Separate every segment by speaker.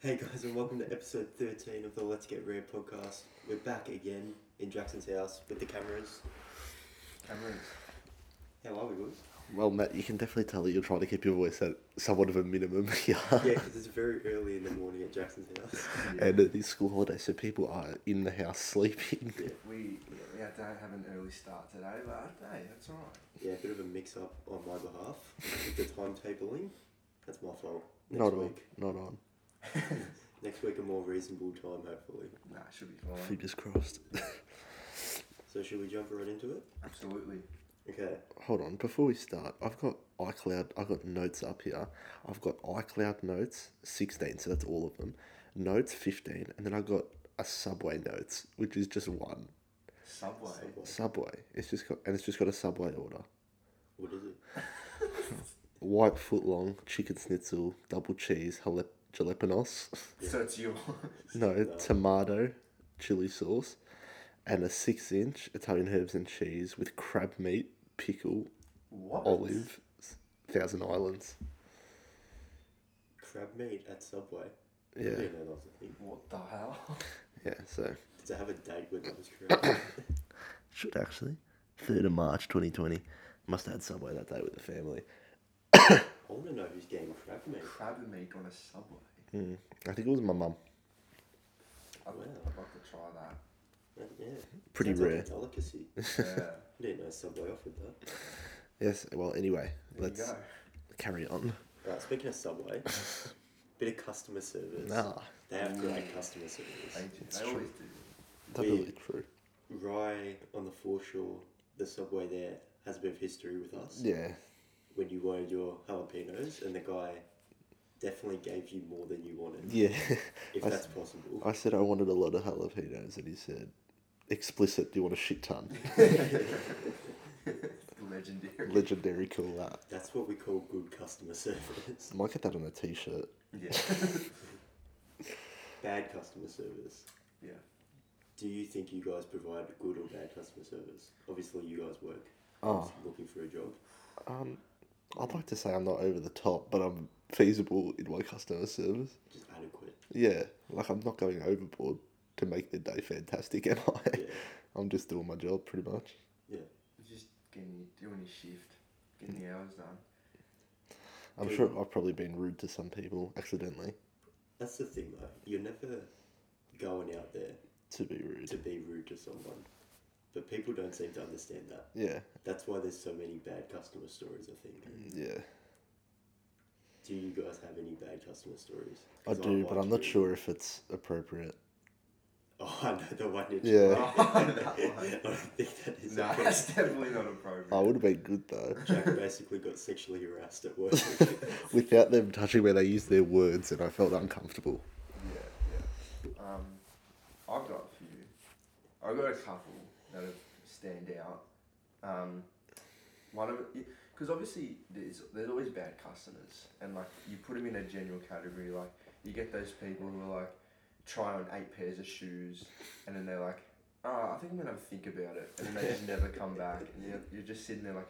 Speaker 1: Hey guys, and welcome to episode 13 of the Let's Get Rare podcast. We're back again in Jackson's house with the cameras.
Speaker 2: Cameras.
Speaker 1: How are we, boys?
Speaker 3: Well, Matt, you can definitely tell that you're trying to keep your voice at somewhat of a minimum here.
Speaker 1: Yeah, because it's very early in the morning at Jackson's house.
Speaker 3: And it is school holiday, so people are in the house sleeping.
Speaker 1: Yeah,
Speaker 2: We yeah, we had to have an early start today, but hey, that's alright.
Speaker 1: yeah, a bit of a mix up on my behalf with the timetabling. That's my fault. Next
Speaker 3: Not on.
Speaker 1: week.
Speaker 3: Not on.
Speaker 1: Next week, a more reasonable time, hopefully.
Speaker 2: Nah, should be fine.
Speaker 3: Fingers crossed.
Speaker 1: So, should we jump right into it?
Speaker 2: Absolutely.
Speaker 1: Okay.
Speaker 3: Hold on, before we start, I've got iCloud, I've got notes up here. I've got iCloud notes, 16, so that's all of them. Notes, 15. And then I've got a Subway notes, which is just one.
Speaker 2: Subway.
Speaker 1: Subway.
Speaker 3: Subway. It's just got, and it's just got a Subway order.
Speaker 1: What is it?
Speaker 3: White footlong, chicken schnitzel, double cheese, jalap- jalapenos.
Speaker 2: So it's yours.
Speaker 3: No, tomato, chili sauce, and a six inch Italian herbs and cheese with crab meat, pickle,
Speaker 2: What?
Speaker 3: olive, s- Thousand Islands.
Speaker 1: Crab meat at Subway.
Speaker 3: Yeah.
Speaker 1: I didn't know that was a thing.
Speaker 2: What the hell?
Speaker 3: Yeah, so
Speaker 1: Did I have a date when that was created?
Speaker 3: should actually. 3rd of March 2020. Must have had Subway that day with the family.
Speaker 1: I want to know who's getting crab meat.
Speaker 2: Crab meat on a subway.
Speaker 3: Mm, I think it was my mum.
Speaker 2: I'd
Speaker 1: Wow.
Speaker 2: I'd like to try
Speaker 1: Uh, Yeah.
Speaker 3: Pretty
Speaker 1: Sounds like
Speaker 3: rare.
Speaker 1: a delicacy.
Speaker 2: that. Yeah.
Speaker 1: I didn't know Subway offered that.
Speaker 3: Yes, well, anyway,
Speaker 2: There
Speaker 3: let's
Speaker 2: you go.
Speaker 3: carry on.
Speaker 1: Right, speaking of Subway, bit of customer service.
Speaker 3: Nah,
Speaker 1: They have great customer service.
Speaker 2: They,
Speaker 3: It's
Speaker 2: they always do.
Speaker 3: that's
Speaker 1: We-
Speaker 3: really true.
Speaker 1: Rye on the foreshore, the Subway there has a bit of history with us.
Speaker 3: Yeah,
Speaker 1: When you wanted your jalapenos, and the guy definitely gave you more than you wanted,
Speaker 3: yeah.
Speaker 1: if
Speaker 3: I s-
Speaker 1: that's possible.
Speaker 3: I said I wanted a lot of jalapenos, and he said, explicit, do you want a shit ton?
Speaker 2: Legendary.
Speaker 3: Legendary call that.
Speaker 1: that's what we call good customer service.
Speaker 3: I might get that on a t shirt.
Speaker 2: yeah.
Speaker 1: Bad customer service.
Speaker 2: yeah.
Speaker 1: Do you think you guys provide good or bad customer service? Obviously, you guys work.
Speaker 3: Oh.
Speaker 1: Looking for a job.
Speaker 3: Um, I'd like to say I'm not over the top, but I'm feasible in my customer service.
Speaker 1: Just adequate.
Speaker 3: Yeah, like I'm not going overboard to make the day fantastic, am I?
Speaker 1: Yeah.
Speaker 3: I'm just doing my job pretty much.
Speaker 1: Yeah.
Speaker 2: Just getting doing your shift, getting the hours done.
Speaker 3: I'm
Speaker 1: Good.
Speaker 3: sure I've probably been rude to some people accidentally
Speaker 1: That's the thing, though. You're never going out there
Speaker 3: to be
Speaker 1: to
Speaker 3: rude.
Speaker 1: be rude to someone. But people don't seem to understand that.
Speaker 3: Yeah,
Speaker 1: That's why there's so many bad customer stories, I think.
Speaker 3: yeah.
Speaker 1: Do you guys have any bad customer stories?
Speaker 3: I
Speaker 1: 'Cause
Speaker 3: do, but
Speaker 1: watch
Speaker 3: I'm not
Speaker 1: you-
Speaker 3: sure if it's appropriate.
Speaker 1: Oh, I know the one you
Speaker 3: Yeah.
Speaker 2: Oh, That
Speaker 1: I
Speaker 2: one.
Speaker 1: don't think that is
Speaker 2: No,
Speaker 1: okay.
Speaker 2: that's definitely not appropriate.
Speaker 3: I would have been good though.
Speaker 1: Jack basically got sexually harassed at work.
Speaker 3: Without them touching me, they used their words and I felt uncomfortable.
Speaker 2: Yeah, yeah. Um, I've got a few. I've got a couple that have stand out. Um, one of because obviously there's there's always bad customers, and like you put them in a general category. Like you get those people who are like try on eight pairs of shoes, and then they're like, oh, I think I'm gonna have a think about it, and then they just never come back, and you're, you're just sitting there like,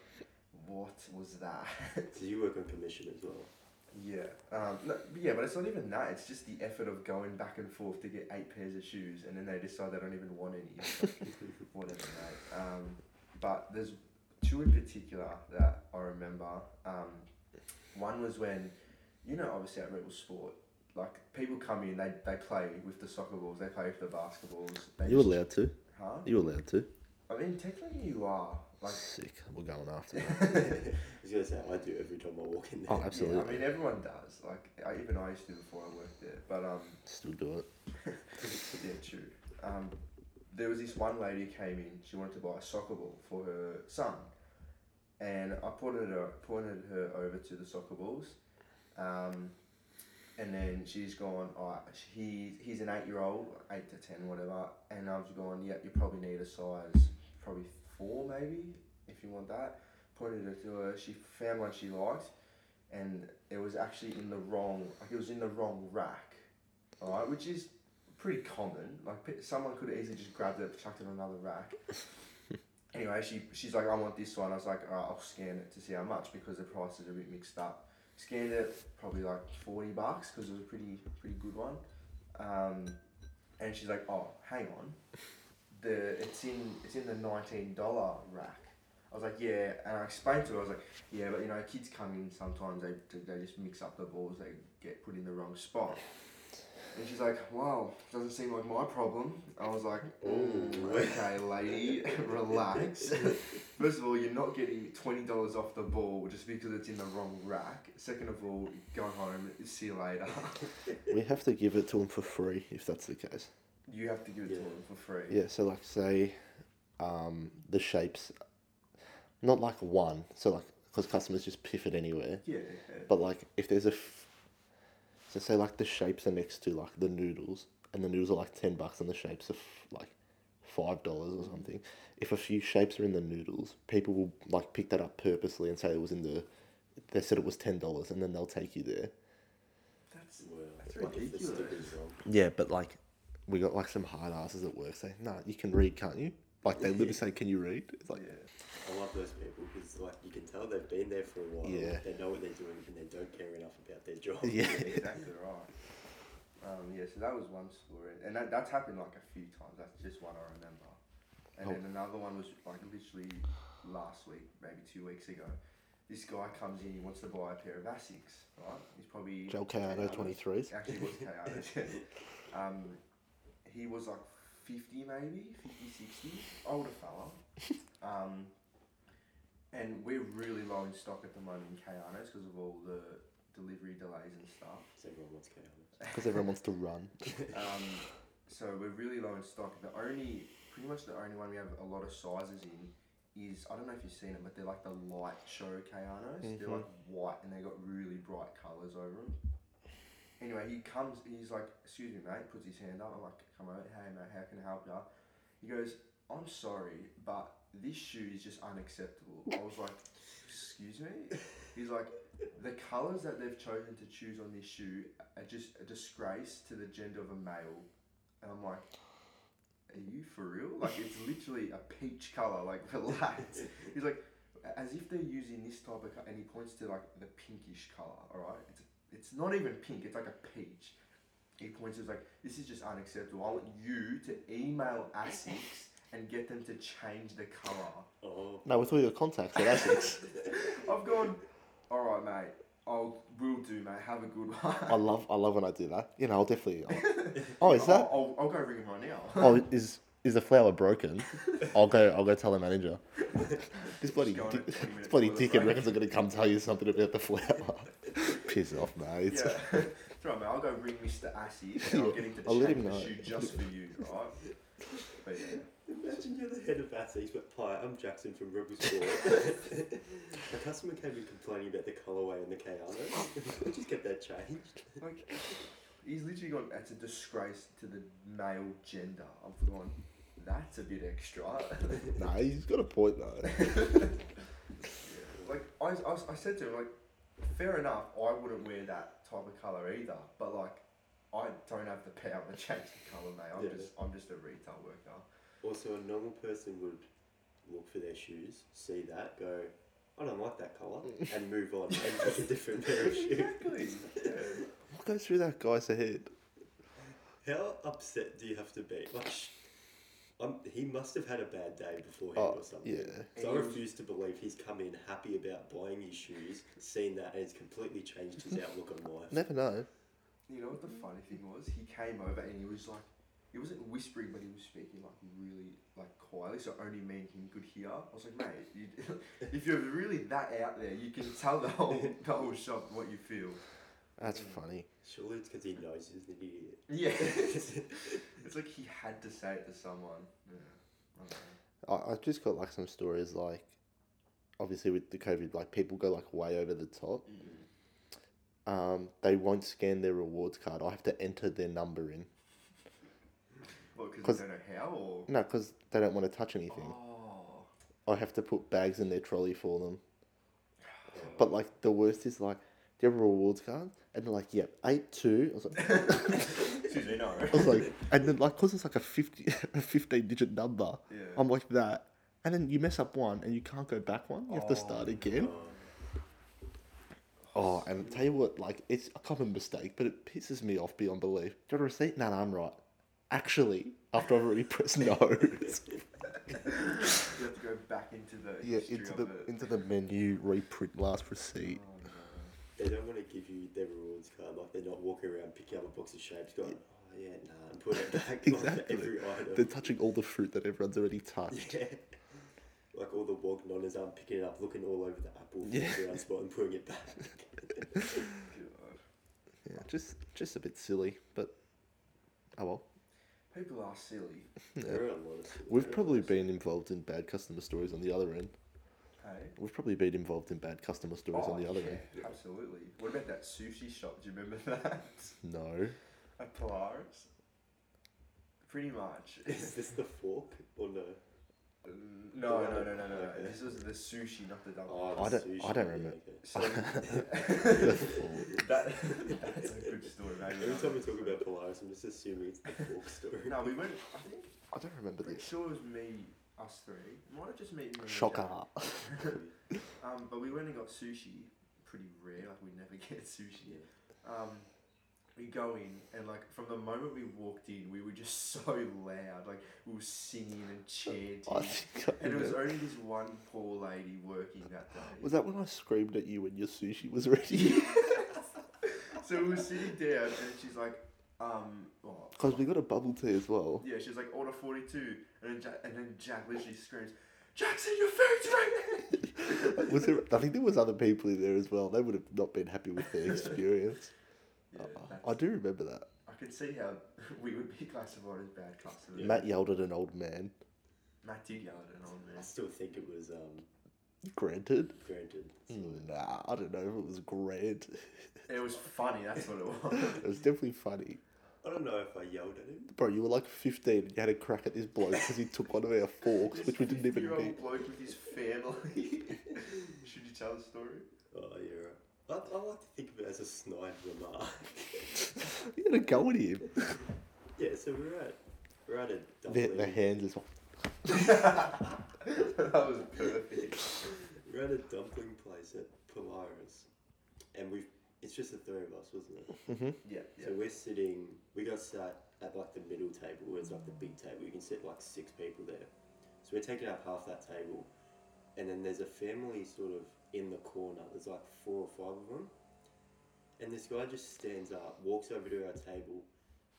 Speaker 2: what was that?
Speaker 1: Because you work on commission as well.
Speaker 2: Yeah, um, no, yeah, but it's not even that. It's just the effort of going back and forth to get eight pairs of shoes, and then they decide they don't even want any. It's like, whatever, mate. Um, but there's two in particular that I remember. Um, one was when, you know, obviously at Rebel Sport, like people come in, they they play with the soccer balls, they play with the basketballs. They
Speaker 3: You
Speaker 2: just-
Speaker 3: allowed to?
Speaker 2: Huh?
Speaker 3: You allowed to?
Speaker 2: I mean, technically you are like.
Speaker 3: Sick. We're going after that.
Speaker 1: I was going to say, I do every time I walk in there.
Speaker 3: Oh, absolutely.
Speaker 2: Yeah, I mean, everyone does. Like, I, even I used to before I worked there. But um,
Speaker 3: Still do it.
Speaker 2: Yeah, true. Um, there was this one lady who came in. She wanted to buy a soccer ball for her son, and I pointed her pointed her over to the soccer balls, um, and then she's gone. Oh, he he's an eight year old, eight to ten, whatever. And I was going, yeah, you probably need a size probably four maybe if you want that. Pointed her to her. She found one she liked, and it was actually in the wrong. Like it was in the wrong rack. All right, which is pretty common. Like pe- someone could have easily just grabbed it, chucked it on another rack. anyway, she she's like, I want this one. I was like, all right, I'll scan it to see how much because the prices are a bit mixed up. Scanned it probably like forty bucks because it was a pretty pretty good one. Um, and she's like, "Oh, hang on, the it's in it's in the nineteen dollar rack." I was like, "Yeah," and I explained to her, I was like, "Yeah, but you know, kids come in sometimes they they just mix up the balls, they get put in the wrong spot." And she's like, "Wow, doesn't seem like my problem." I was like, "Oh,
Speaker 1: Ooh.
Speaker 2: okay, lady, relax." First of all, you're not getting twenty dollars off the ball just because it's in the wrong rack. Second of all, go home. See you later.
Speaker 3: We have to give it to them for free if that's the case.
Speaker 2: you have to give it to
Speaker 1: Yeah.
Speaker 2: them for free.
Speaker 3: Yeah, so like say, um, the shapes, not like one. So like because customers just piff it anywhere.
Speaker 2: Yeah.
Speaker 3: But like if there's a, f- so say like the shapes are next to like the noodles, and the noodles are like ten bucks, and the shapes are f- like five dollars or something. If a few shapes are in the noodles, people will like pick that up purposely and say it was in the. They said it was ten dollars, and then they'll take you there.
Speaker 2: That's
Speaker 1: Wow.
Speaker 2: That's
Speaker 1: Like, it's
Speaker 2: ridiculous.
Speaker 1: stupid wrong.
Speaker 3: Yeah, but like, we got like some hard asses at work saying, "No, you can read, can't you?" Like they literally say, "Can you read?" It's like,
Speaker 2: yeah.
Speaker 1: I love those people because like you can tell they've been there for a while.
Speaker 3: Yeah.
Speaker 1: They know what they're doing and they don't care enough about their job.
Speaker 3: yeah,
Speaker 2: Oh, yeah, exactly right. Um, yeah, so that was one story, and that, that's happened like a few times. That's just one I remember. And
Speaker 3: Oh.
Speaker 2: then another one was like literally last week, maybe two weeks ago. This guy comes in, he wants to buy a pair of Asics, right? He's probably
Speaker 3: Joel Cano twenty threes.
Speaker 2: Actually, it was chaotic. um, he was like 50 maybe, 50, 60, older fella. Um, and we're really low in stock at the moment in Kayanos because of all the delivery delays and stuff.
Speaker 1: So everyone wants chaos.
Speaker 3: Because everyone wants to run.
Speaker 2: Um, so we're really low in stock. The only, pretty much the only one we have a lot of sizes in is, I don't know if you've seen them, but they're like the light show Kayanos. They're
Speaker 3: Mhm.
Speaker 2: like white and they got really bright colours over them. Anyway, he comes, he's like, excuse me, mate, puts his hand up. I'm like, come over, hey, mate, how can I help you? He goes, I'm sorry, but this shoe is just unacceptable. I was like, excuse me? He's like, the colours that they've chosen to choose on this shoe are just a disgrace to the gender of a male. And I'm like, are you for real? Like, it's literally a peach colour, like, relax. He's like, as if they're using this type of colour, and he points to, like, the pinkish colour, alright? It's, it's not even pink, it's like a peach. He points, he's like, this is just unacceptable. I want you to email ASICS and get them to change the colour.
Speaker 1: Oh,
Speaker 3: No, with all your contacts at Asics.
Speaker 2: I've gone, alright, mate, I'll, will do, mate, have a good one.
Speaker 3: I love, I love when I do that. You know, I'll definitely. I'll, oh, is that?
Speaker 2: I'll, I'll, I'll go ring him right now.
Speaker 3: Oh, is is the flower broken? I'll go. I'll go tell the manager. This bloody,
Speaker 2: Just go on
Speaker 3: dick,
Speaker 2: a 20 minute
Speaker 3: this bloody
Speaker 2: toilet
Speaker 3: dickhead
Speaker 2: break.
Speaker 3: reckons I'm gonna come tell you something about the flower. Piss off, mate.
Speaker 2: Yeah, it's right, mate. I'll go ring Mr. Assy and I'll
Speaker 3: Yeah,
Speaker 2: get him to
Speaker 3: I'll let
Speaker 2: change
Speaker 3: him
Speaker 2: the
Speaker 3: know.
Speaker 2: shoe just for you, right? But yeah,
Speaker 1: imagine you're the head of Bassies, but hi, I'm Jackson from Rebel Sport. a customer came in complaining about the colourway on the Kayanos. We'll just get that changed.
Speaker 2: like he's literally gone. That's a disgrace to the male gender. I've gone. That's a bit extra.
Speaker 3: Nah, he's got a point though.
Speaker 2: like I, I, was- I said to him, like, fair enough. I wouldn't wear that type of color either. But like, I don't have the power to change the color, mate. I'm
Speaker 1: Yeah.
Speaker 2: just, I'm just a retail worker.
Speaker 1: Also, a normal person would look for their shoes, see that, go, I don't like that colour, and move on and pick a different pair of shoes.
Speaker 2: Exactly. Yeah.
Speaker 3: What goes through that guy's head?
Speaker 1: How upset do you have to be? Like, sh- um, he must have had a bad day beforehand
Speaker 3: Oh,
Speaker 1: or something.
Speaker 3: yeah.
Speaker 1: So I refuse to believe he's come in happy about buying his shoes, seen that, and it's completely changed his outlook on life.
Speaker 3: Never know.
Speaker 2: You know what the funny thing was? He came over and he was like, he wasn't whispering, but he was speaking like really like quietly, so only me and him could hear. I was like, mate, you, if you're really that out there, you can tell the whole the whole shop what you feel.
Speaker 3: That's funny.
Speaker 1: Surely it's because he knows he's an idiot.
Speaker 2: Yeah, it's like he had to say it to someone. Yeah. I don't know.
Speaker 3: I, I've just got like some stories like, obviously with the COVID, like people go like way over the top. Um, they won't scan their rewards card. I have to enter their number in.
Speaker 2: What? Because
Speaker 3: 'Cause-
Speaker 2: they don't know how or.
Speaker 3: No, because they don't want to touch anything.
Speaker 2: Oh.
Speaker 3: I have to put bags in their trolley for them. But like the worst is like, do you have a rewards card? And they're like, yep, eight two. I was like,
Speaker 2: Excuse me, no.
Speaker 3: I was like, and then like, cause it's like a fifty, a fifteen digit number.
Speaker 2: Yeah.
Speaker 3: I'm like that, Oh, and then you mess up one and you can't go back one. You have to start again.
Speaker 1: Um,
Speaker 3: Oh, and tell you what, like it's a common mistake, but it pisses me off beyond belief. Got a receipt? No, no, I'm right. Actually, after I've already pressed no, it's-
Speaker 2: You have to go back into the
Speaker 3: yeah,
Speaker 2: history
Speaker 3: into
Speaker 2: of
Speaker 3: the
Speaker 2: it.
Speaker 3: into the menu, reprint last receipt.
Speaker 1: They don't want to give you their rewards card. Like they're not walking around picking up a box of shapes, going, "Oh yeah, nah," and putting it back like, for
Speaker 3: Exactly.
Speaker 1: every item.
Speaker 3: They're touching all the fruit that everyone's already touched.
Speaker 1: Yeah. Like all the wog nonnas aren't picking it up, looking all over the apple for
Speaker 3: Yeah.
Speaker 1: the brown spot and putting it back.
Speaker 2: God.
Speaker 3: Yeah, just just a bit silly, but oh well.
Speaker 2: People are silly.
Speaker 1: Everyone wants it.
Speaker 3: We've probably been involved in bad customer stories on the other end.
Speaker 2: Hey. Oh,
Speaker 3: We've probably been involved in bad customer stories on the other end.
Speaker 2: yeah, absolutely. What about that sushi shop? Do you remember that?
Speaker 3: No.
Speaker 2: At Polaris. Pretty much.
Speaker 1: Is this the fork or no?
Speaker 2: Mm, no,
Speaker 1: Yeah.
Speaker 2: no, no, no, no. no.
Speaker 1: Okay.
Speaker 2: This was the sushi, not the double.
Speaker 1: Oh,
Speaker 3: I
Speaker 1: the
Speaker 3: don't- I don't
Speaker 1: yeah,
Speaker 3: remember.
Speaker 1: okay.
Speaker 2: So that, that's a good story. Maybe
Speaker 1: Every time we talk about Polaris, I'm just assuming it's the fork story.
Speaker 2: No, we went. I think.
Speaker 3: I don't remember
Speaker 2: Pretty
Speaker 3: this.
Speaker 2: sure it was me, us three. Might have just me. me and
Speaker 3: Shocker.
Speaker 2: Jack.
Speaker 1: yeah.
Speaker 2: Um, but we went and got sushi. Pretty rare. Like we never get sushi. um, we go in and like from the moment we walked in, we were just so loud, like we were singing and chanting.
Speaker 3: I think I
Speaker 2: And it was
Speaker 3: remember.
Speaker 2: only this one poor lady working that day.
Speaker 3: Was that when I screamed at you when your sushi was ready?
Speaker 2: so we were sitting down, and she's like, um, oh,
Speaker 3: Because we got a bubble tea as well.
Speaker 2: yeah, she's like order forty two, and then Jack, and then Jack literally screams, "Jackson, your food's ready!"
Speaker 3: Was there? I think there was other people in there as well. They would have not been happy with their experience.
Speaker 2: Yeah,
Speaker 3: I
Speaker 2: that's-
Speaker 3: do remember that.
Speaker 2: I could see how we would be classified as bad customers.
Speaker 3: Matt yelled at an old man.
Speaker 2: Matt did yell at an old
Speaker 1: I
Speaker 2: man.
Speaker 1: still think it was um,
Speaker 3: Granted.
Speaker 1: granted.
Speaker 3: Nah, I don't know if it was grand.
Speaker 2: It was funny. That's what it was.
Speaker 3: It was definitely funny.
Speaker 1: I don't know if I yelled at him.
Speaker 3: Bro, you were like 15 and you had a crack at this bloke because he took one of our forks, which we didn't even
Speaker 2: Year
Speaker 3: need.
Speaker 2: old bloke with his family. Should you tell the story?
Speaker 1: Oh, you're Oh, right. I, I like to think of it as a snide remark.
Speaker 3: You had a go at him.
Speaker 1: yeah, so we're at we're at a
Speaker 3: The,
Speaker 1: dumpling.
Speaker 3: the hands is like,
Speaker 2: that was perfect.
Speaker 1: We're at a dumpling place at Polaris, and we've it's just the three of us, wasn't it?
Speaker 2: Yeah, yeah.
Speaker 1: So we're sitting. We got sat at like the middle table. Where it's like the big table. You can sit like six people there. So we're taking up half that table, and then there's a family sort of in the corner. There's like four or five of them, and this guy just stands up, walks over to our table,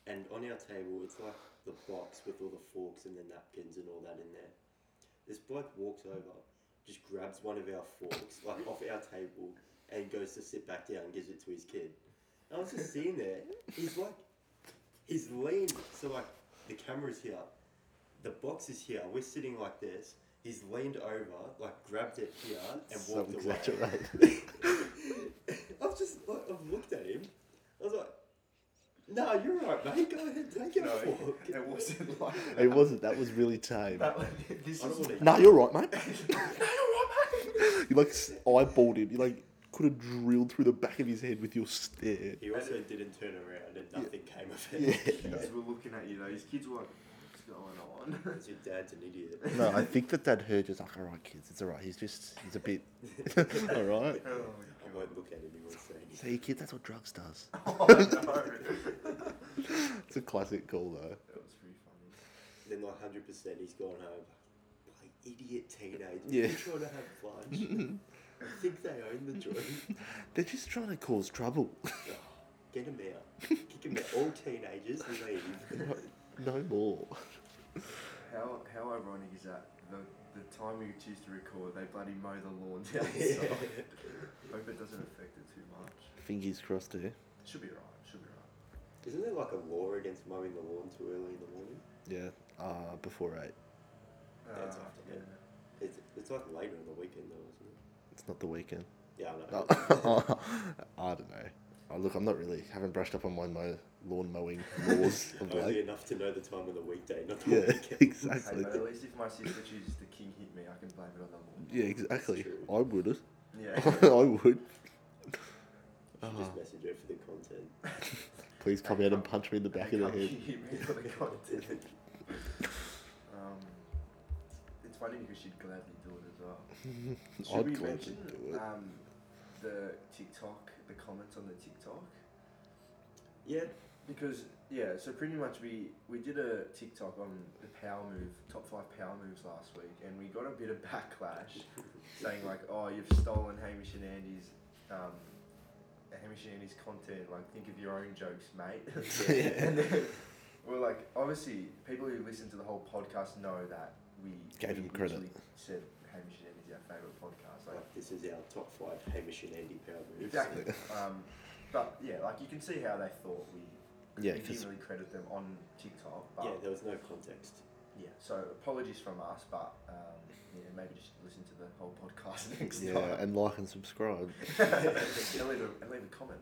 Speaker 1: and on our table it's like the box with all the forks and the napkins and all that in there. This bloke walks over, just grabs one of our forks like off our table, and goes to sit back down and gives it to his kid. I was just sitting there. He's like, he's leaned. So like, the camera's here, the box is here. We're sitting like this. He's leaned over, like grabbed it here and
Speaker 3: so
Speaker 1: walked away.
Speaker 3: exaggerated.
Speaker 1: I've just like, I've looked at him. I was like, no, you're all right, mate. Go ahead, take your
Speaker 2: No,
Speaker 1: fork.
Speaker 2: it wasn't like that.
Speaker 3: It wasn't. That was really tame.
Speaker 2: That was, this
Speaker 1: I don't
Speaker 2: is.
Speaker 1: want to.
Speaker 3: Nah, you're right, mate.
Speaker 2: No, you're right, mate.
Speaker 3: You like s- eyeballed him. You like could have drilled through the back of his head with your stare.
Speaker 1: He also didn't turn around and nothing came of
Speaker 3: Yeah.
Speaker 1: it.
Speaker 2: Kids were looking at you though. These kids were like, "What's going on?"
Speaker 1: Because your dad's an idiot.
Speaker 3: No, I think that that heard just like, all right, kids, it's all right. He's just, he's a bit, all right.
Speaker 2: Oh
Speaker 1: I won't look at him. He won't say anything.
Speaker 3: Hey, kid, that's what drugs does.
Speaker 2: my god. no.
Speaker 3: It's a classic call, though.
Speaker 2: That was pretty funny.
Speaker 1: Then like hundred percent, he's gone home. Like idiot teenagers,
Speaker 3: Yeah.
Speaker 1: they're trying to have lunch. I think they own the joint. Oh,
Speaker 3: They're just trying to cause trouble.
Speaker 1: Get them out. Kick them out. All teenagers leave.
Speaker 3: no more.
Speaker 2: How how ironic is that? The the time you choose to record, they bloody mow the lawn down.
Speaker 1: Yeah.
Speaker 2: So hope it doesn't affect it too much.
Speaker 3: Fingers crossed eh? here.
Speaker 2: Should be right. Should be right.
Speaker 1: Isn't there like a law against mowing the lawn too early in the morning?
Speaker 3: Yeah, uh, before eight.
Speaker 1: That's
Speaker 2: Uh,
Speaker 1: after
Speaker 2: yeah.
Speaker 1: that. It's, it's like later on the weekend though, isn't it?
Speaker 3: It's not the weekend.
Speaker 1: Yeah, I know.
Speaker 3: No.
Speaker 2: Oh.
Speaker 3: I don't know. Oh, look, I'm not really, haven't brushed up on my mow, lawn mowing laws of
Speaker 1: Only
Speaker 3: late.
Speaker 1: enough to know the time of the weekday, not the
Speaker 3: Yeah,
Speaker 1: weekend.
Speaker 2: Hey,
Speaker 3: exactly.
Speaker 2: but at least if my sister chooses the king hit me, I can blame it on the lawn.
Speaker 3: Yeah, exactly.
Speaker 1: true.
Speaker 3: I would.
Speaker 2: Yeah.
Speaker 3: I would. Ah,
Speaker 1: You
Speaker 2: Uh-huh.
Speaker 1: Just message her for the content.
Speaker 3: Please come out and punch me in the back of the
Speaker 2: Come
Speaker 3: head.
Speaker 2: king hit me for the content. um, it's funny because she'd gladly do it as well. Should
Speaker 3: I'd
Speaker 2: we
Speaker 3: gladly
Speaker 2: mention
Speaker 3: do it.
Speaker 2: um, the TikTok, the comments on the TikTok?
Speaker 1: Yeah,
Speaker 2: Because yeah, so pretty much we we did a TikTok on the power move, top five power moves last week, and we got a bit of backlash saying like, oh, you've stolen Hamish and Andy's. Um, Hamish and Andy's content, like think of your own jokes, mate. and then we're like, obviously, people who listen to the whole podcast know that we
Speaker 3: Gave
Speaker 2: we
Speaker 3: him credit.
Speaker 2: literally Said Hamish and Andy's our favorite podcast. Like,
Speaker 1: like this is our top five Hamish and Andy power moves.
Speaker 2: Exactly. um, but yeah, like you can see how they thought we.
Speaker 3: Yeah,
Speaker 2: we
Speaker 3: 'cause-
Speaker 2: didn't really credit them on TikTok, but
Speaker 1: Yeah,
Speaker 2: yeah.
Speaker 1: there was no context.
Speaker 2: So apologies from us, but um, yeah, maybe just listen to the whole podcast next
Speaker 3: yeah,
Speaker 2: time.
Speaker 3: and like and subscribe.
Speaker 2: and leave a, and leave a comment.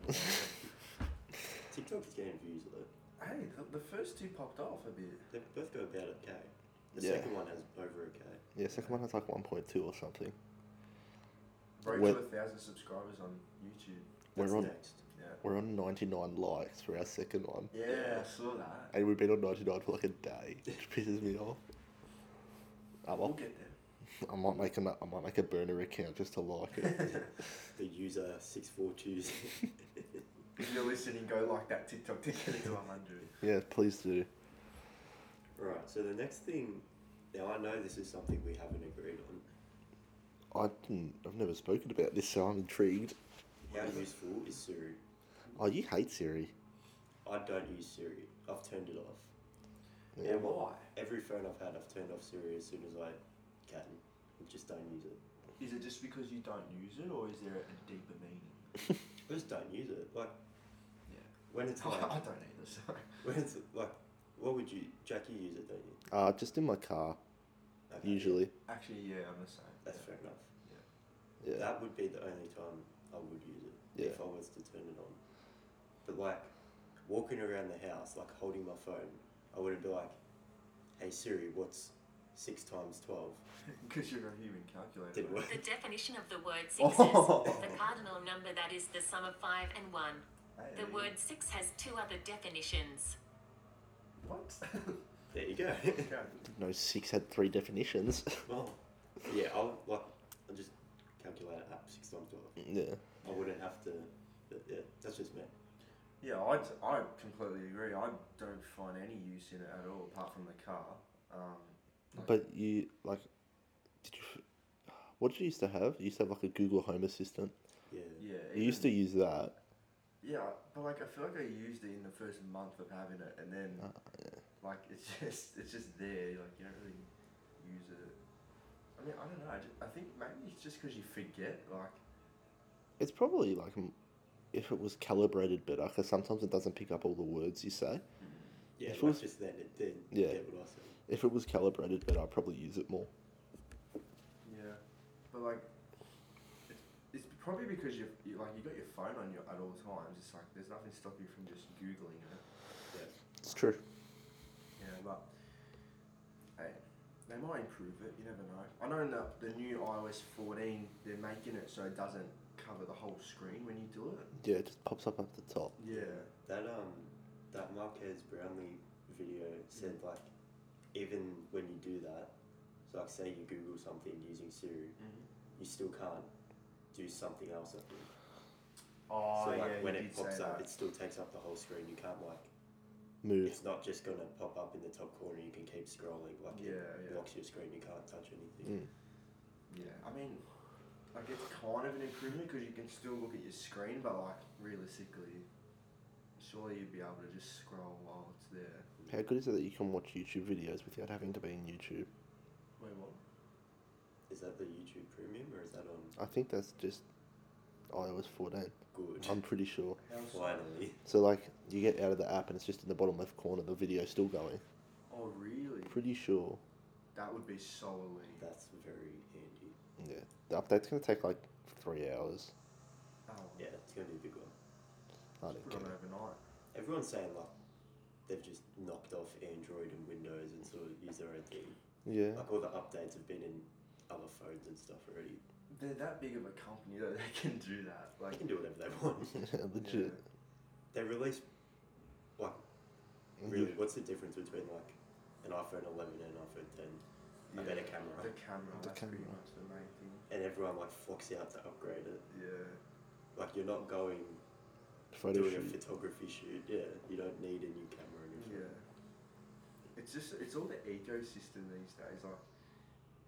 Speaker 1: TikTok is getting views though.
Speaker 2: hey, the, the first two popped off a bit.
Speaker 1: They both go about a K. The
Speaker 3: Yeah.
Speaker 1: second one has over a K.
Speaker 3: Yeah, second one has like 1.2 or something.
Speaker 2: Road
Speaker 3: Well-
Speaker 2: to a thousand subscribers on YouTube.
Speaker 1: That's
Speaker 3: We're on-
Speaker 1: next.
Speaker 2: Yeah.
Speaker 3: We're on 99 likes for our second one.
Speaker 2: Yeah,
Speaker 1: Yeah.
Speaker 2: I saw that.
Speaker 3: And we've been on 99 for like a day, which pisses me off. Ah,
Speaker 2: We'll
Speaker 3: well,
Speaker 2: get there.
Speaker 3: I might make a I might make a burner account just to like it.
Speaker 1: The user six four Tuesday.
Speaker 2: If you're listening, go like that TikTok to get it to 100.
Speaker 3: yeah, please do.
Speaker 1: Right. So the next thing. Now I know this is something we haven't agreed on.
Speaker 3: I didn't, I've never spoken about this, so I'm intrigued.
Speaker 1: How
Speaker 2: Yeah.
Speaker 1: useful is Siri?
Speaker 3: Oh, you hate Siri.
Speaker 1: I don't use Siri. I've turned it off.
Speaker 3: Yeah.
Speaker 1: And why? Every phone I've had, I've turned off Siri as soon as I can. I just don't use it.
Speaker 2: Is it just because you don't use it, or is there a deeper meaning?
Speaker 1: I just don't use it. Like
Speaker 2: Yeah.
Speaker 1: when it's
Speaker 2: I
Speaker 1: like
Speaker 2: don't either, sorry.
Speaker 1: when it's like what would you Jack? You use it, don't you?
Speaker 3: Uh, just in my car,
Speaker 1: Okay,
Speaker 3: usually.
Speaker 2: Actually, yeah, I'm the same.
Speaker 1: That's fair enough.
Speaker 3: Yeah.
Speaker 1: That would be the only time I would use it if I was to turn it on. But like walking around the house, like holding my phone, I wouldn't be like, "Hey Siri, what's six times 12?
Speaker 2: Because you're a human calculator.
Speaker 1: Didn't work.
Speaker 4: The definition of the word six
Speaker 2: Oh.
Speaker 4: is the cardinal number that is the sum of five and one.
Speaker 2: Hey.
Speaker 4: The word six has two other definitions.
Speaker 2: What?
Speaker 1: There you go.
Speaker 2: okay.
Speaker 3: No, six had three definitions.
Speaker 1: well, yeah, I'll like I just calculate it up six times twelve.
Speaker 3: yeah.
Speaker 1: I wouldn't have to. But yeah, that's just me.
Speaker 2: Yeah, I'd, I completely agree. I don't find any use in it at all, apart from the car. Um,
Speaker 3: But you, like, did you, what did you used to have? You used to have like a Google Home Assistant.
Speaker 1: Yeah.
Speaker 2: yeah.
Speaker 3: You used to
Speaker 2: even-
Speaker 3: use that.
Speaker 2: Yeah, but like I feel like I used it in the first month of having it, and then
Speaker 3: Uh,
Speaker 2: like it's just it's just there. Like you don't really use it. I mean, I don't know. I, ju- I think maybe it's just because you forget. Like
Speaker 3: It's probably like m- if it was calibrated better, because sometimes it doesn't pick up all the words you say.
Speaker 1: Yeah,
Speaker 3: If
Speaker 1: like
Speaker 3: it was-
Speaker 1: just then it did
Speaker 3: Yeah.
Speaker 1: get what I said.
Speaker 3: If it was calibrated better, I'd probably use it more.
Speaker 2: Yeah, but like, it's, it's probably because you've you, like you got your phone on you at all times. It's like there's nothing stopping you from just googling it.
Speaker 1: Yeah.
Speaker 3: It's true.
Speaker 2: Yeah, but hey, they might improve it. You never know. I know in the the new iOS 14, they're making it so it doesn't cover the whole screen when you do it.
Speaker 3: Yeah, it just pops up at the top.
Speaker 2: Yeah.
Speaker 1: That um that Marquez Brownlee video said
Speaker 2: Mm.
Speaker 1: like even when you do that, so like say you Google something using Siri,
Speaker 2: Mm-hmm.
Speaker 1: you still can't do something else I think.
Speaker 2: Oh
Speaker 1: so like
Speaker 2: yeah,
Speaker 1: when
Speaker 2: you
Speaker 1: it
Speaker 2: did
Speaker 1: pops
Speaker 2: say
Speaker 1: up
Speaker 2: that.
Speaker 1: it still takes up the whole screen. You can't like
Speaker 3: Move.
Speaker 1: it's not just gonna pop up in the top corner, you can keep scrolling, like
Speaker 2: Yeah, Mm.
Speaker 1: it
Speaker 2: yeah.
Speaker 1: blocks your screen, you can't touch
Speaker 3: Mm.
Speaker 1: anything.
Speaker 2: Yeah, I mean, like it's kind of an improvement because you can still look at your screen, but like realistically, surely you'd be able to just scroll while it's there.
Speaker 3: How good is it that you can watch YouTube videos without having to be in YouTube?
Speaker 2: Wait, what?
Speaker 1: Is that the YouTube premium or is that on
Speaker 3: I think that's just iOS 14.
Speaker 1: good?
Speaker 3: I'm pretty sure.
Speaker 1: Finally.
Speaker 3: So like you get out of the app and it's just in the bottom left corner, the video's still going.
Speaker 2: Oh, really?
Speaker 3: Pretty sure.
Speaker 2: That would be so elite.
Speaker 1: That's very handy.
Speaker 3: Yeah. The update's gonna take like three hours.
Speaker 2: Oh,
Speaker 1: Yeah, it's gonna be a big one.
Speaker 3: I
Speaker 2: just
Speaker 3: don't
Speaker 2: put it
Speaker 3: care.
Speaker 2: on overnight.
Speaker 1: Everyone's saying like they've just knocked off Android and Windows and sort of use their own thing.
Speaker 3: Yeah.
Speaker 1: Like all the updates have been in other phones and stuff already.
Speaker 2: They're that big of a company that they can do that.
Speaker 1: They
Speaker 2: Like,
Speaker 1: can do whatever they want.
Speaker 3: Legit.
Speaker 1: they release like
Speaker 3: And
Speaker 1: really
Speaker 3: you-
Speaker 1: what's the difference between like an iPhone eleven and an iPhone ten?
Speaker 2: yeah,
Speaker 1: A better camera.
Speaker 2: The camera.
Speaker 3: The
Speaker 2: that's
Speaker 3: camera.
Speaker 2: pretty much the main thing.
Speaker 1: And everyone like flocks out to upgrade it.
Speaker 2: Yeah.
Speaker 1: Like you're not going
Speaker 3: Photo
Speaker 1: doing a
Speaker 3: shoot.
Speaker 1: photography shoot. Yeah, you don't need a new camera or anything.
Speaker 2: Yeah. It's just it's all the ecosystem these days. Like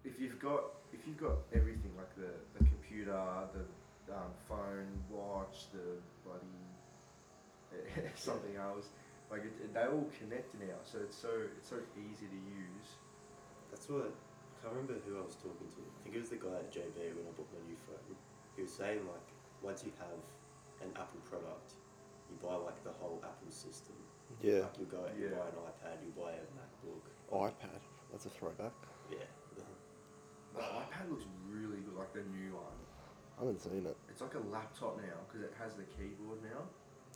Speaker 2: if you've got if you've got everything like the, the computer, the um, phone, watch, the bloody something else, like it, it- they all connect now. So it's so it's so easy to use.
Speaker 1: That's what I can't remember who I was talking to. I think it was the guy at JB when I bought my new phone. He was saying like once you have an Apple product, you buy like the whole Apple system.
Speaker 3: Yeah.
Speaker 1: Like you go out, you
Speaker 2: Yeah.
Speaker 1: buy an iPad, you buy a MacBook.
Speaker 3: iPad. That's a throwback.
Speaker 1: Yeah.
Speaker 2: The iPad looks really good, like the new one.
Speaker 3: I haven't seen it.
Speaker 2: It's like a laptop now because it has the keyboard now.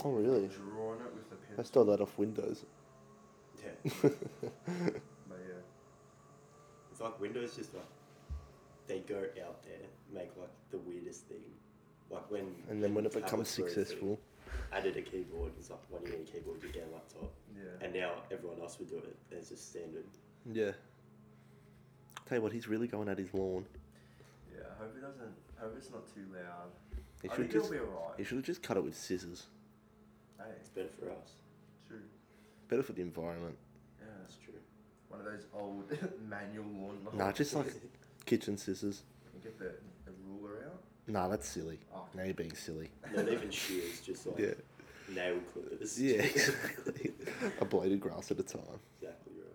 Speaker 3: Oh, really?
Speaker 2: Draw on it with the
Speaker 3: I
Speaker 2: pencil.
Speaker 3: stole that off Windows.
Speaker 1: Yeah.
Speaker 2: But yeah.
Speaker 1: It's like Windows just like they go out there, make like the weirdest thing. Like when
Speaker 3: And then when it
Speaker 1: tablets
Speaker 3: becomes
Speaker 1: were a thing,
Speaker 3: successful,
Speaker 1: added a keyboard. It's like when you get a keyboard, you get a laptop,
Speaker 2: Yeah.
Speaker 1: and now everyone else would do it. and It's just standard.
Speaker 3: yeah. Tell you what, he's really going at his lawn.
Speaker 2: Yeah. I hope it doesn't. I hope it's not too loud.
Speaker 3: He
Speaker 2: I
Speaker 3: should
Speaker 2: think
Speaker 3: just
Speaker 2: it'll be alright.
Speaker 3: he should have just cut it with scissors.
Speaker 2: Hey,
Speaker 1: It's better for us.
Speaker 2: true.
Speaker 3: Better for the environment.
Speaker 2: Yeah,
Speaker 1: That's true.
Speaker 2: one of those old manual lawn
Speaker 1: Oh,
Speaker 2: mowers.
Speaker 3: Nah, just like kitchen scissors.
Speaker 2: You get the, the ruler out.
Speaker 3: Nah, that's silly.
Speaker 2: Oh.
Speaker 3: Now you're being silly.
Speaker 1: Not even shears, just like
Speaker 3: Yeah.
Speaker 1: nail clippers.
Speaker 3: Yeah, exactly. a bladed grass at a time.
Speaker 1: exactly right.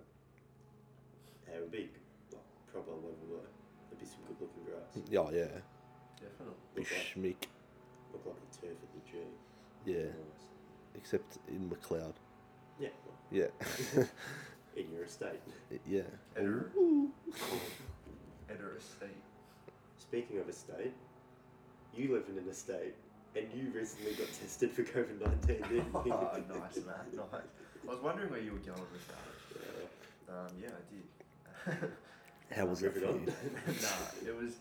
Speaker 1: Yeah, it would be like proper level work. There'd be some good looking grass.
Speaker 3: Yeah, oh, yeah.
Speaker 2: Definitely.
Speaker 3: Be
Speaker 1: Look like,
Speaker 3: schmick.
Speaker 1: look like a turf at the gym.
Speaker 3: Yeah.
Speaker 1: Nice.
Speaker 3: Except in McLeod.
Speaker 1: Yeah. well,
Speaker 3: Yeah.
Speaker 1: In your estate.
Speaker 3: yeah.
Speaker 2: Editor.
Speaker 3: Ooh.
Speaker 2: Editor estate.
Speaker 1: Speaking of estate, you live in an estate and you recently got tested for COVID 19, didn't you?
Speaker 2: oh, nice man, nice. I was wondering where you were going with that.
Speaker 1: Yeah.
Speaker 2: Um, yeah, I did.
Speaker 3: How was that
Speaker 1: Move
Speaker 3: for
Speaker 1: it on.
Speaker 3: you?
Speaker 2: nah, it was,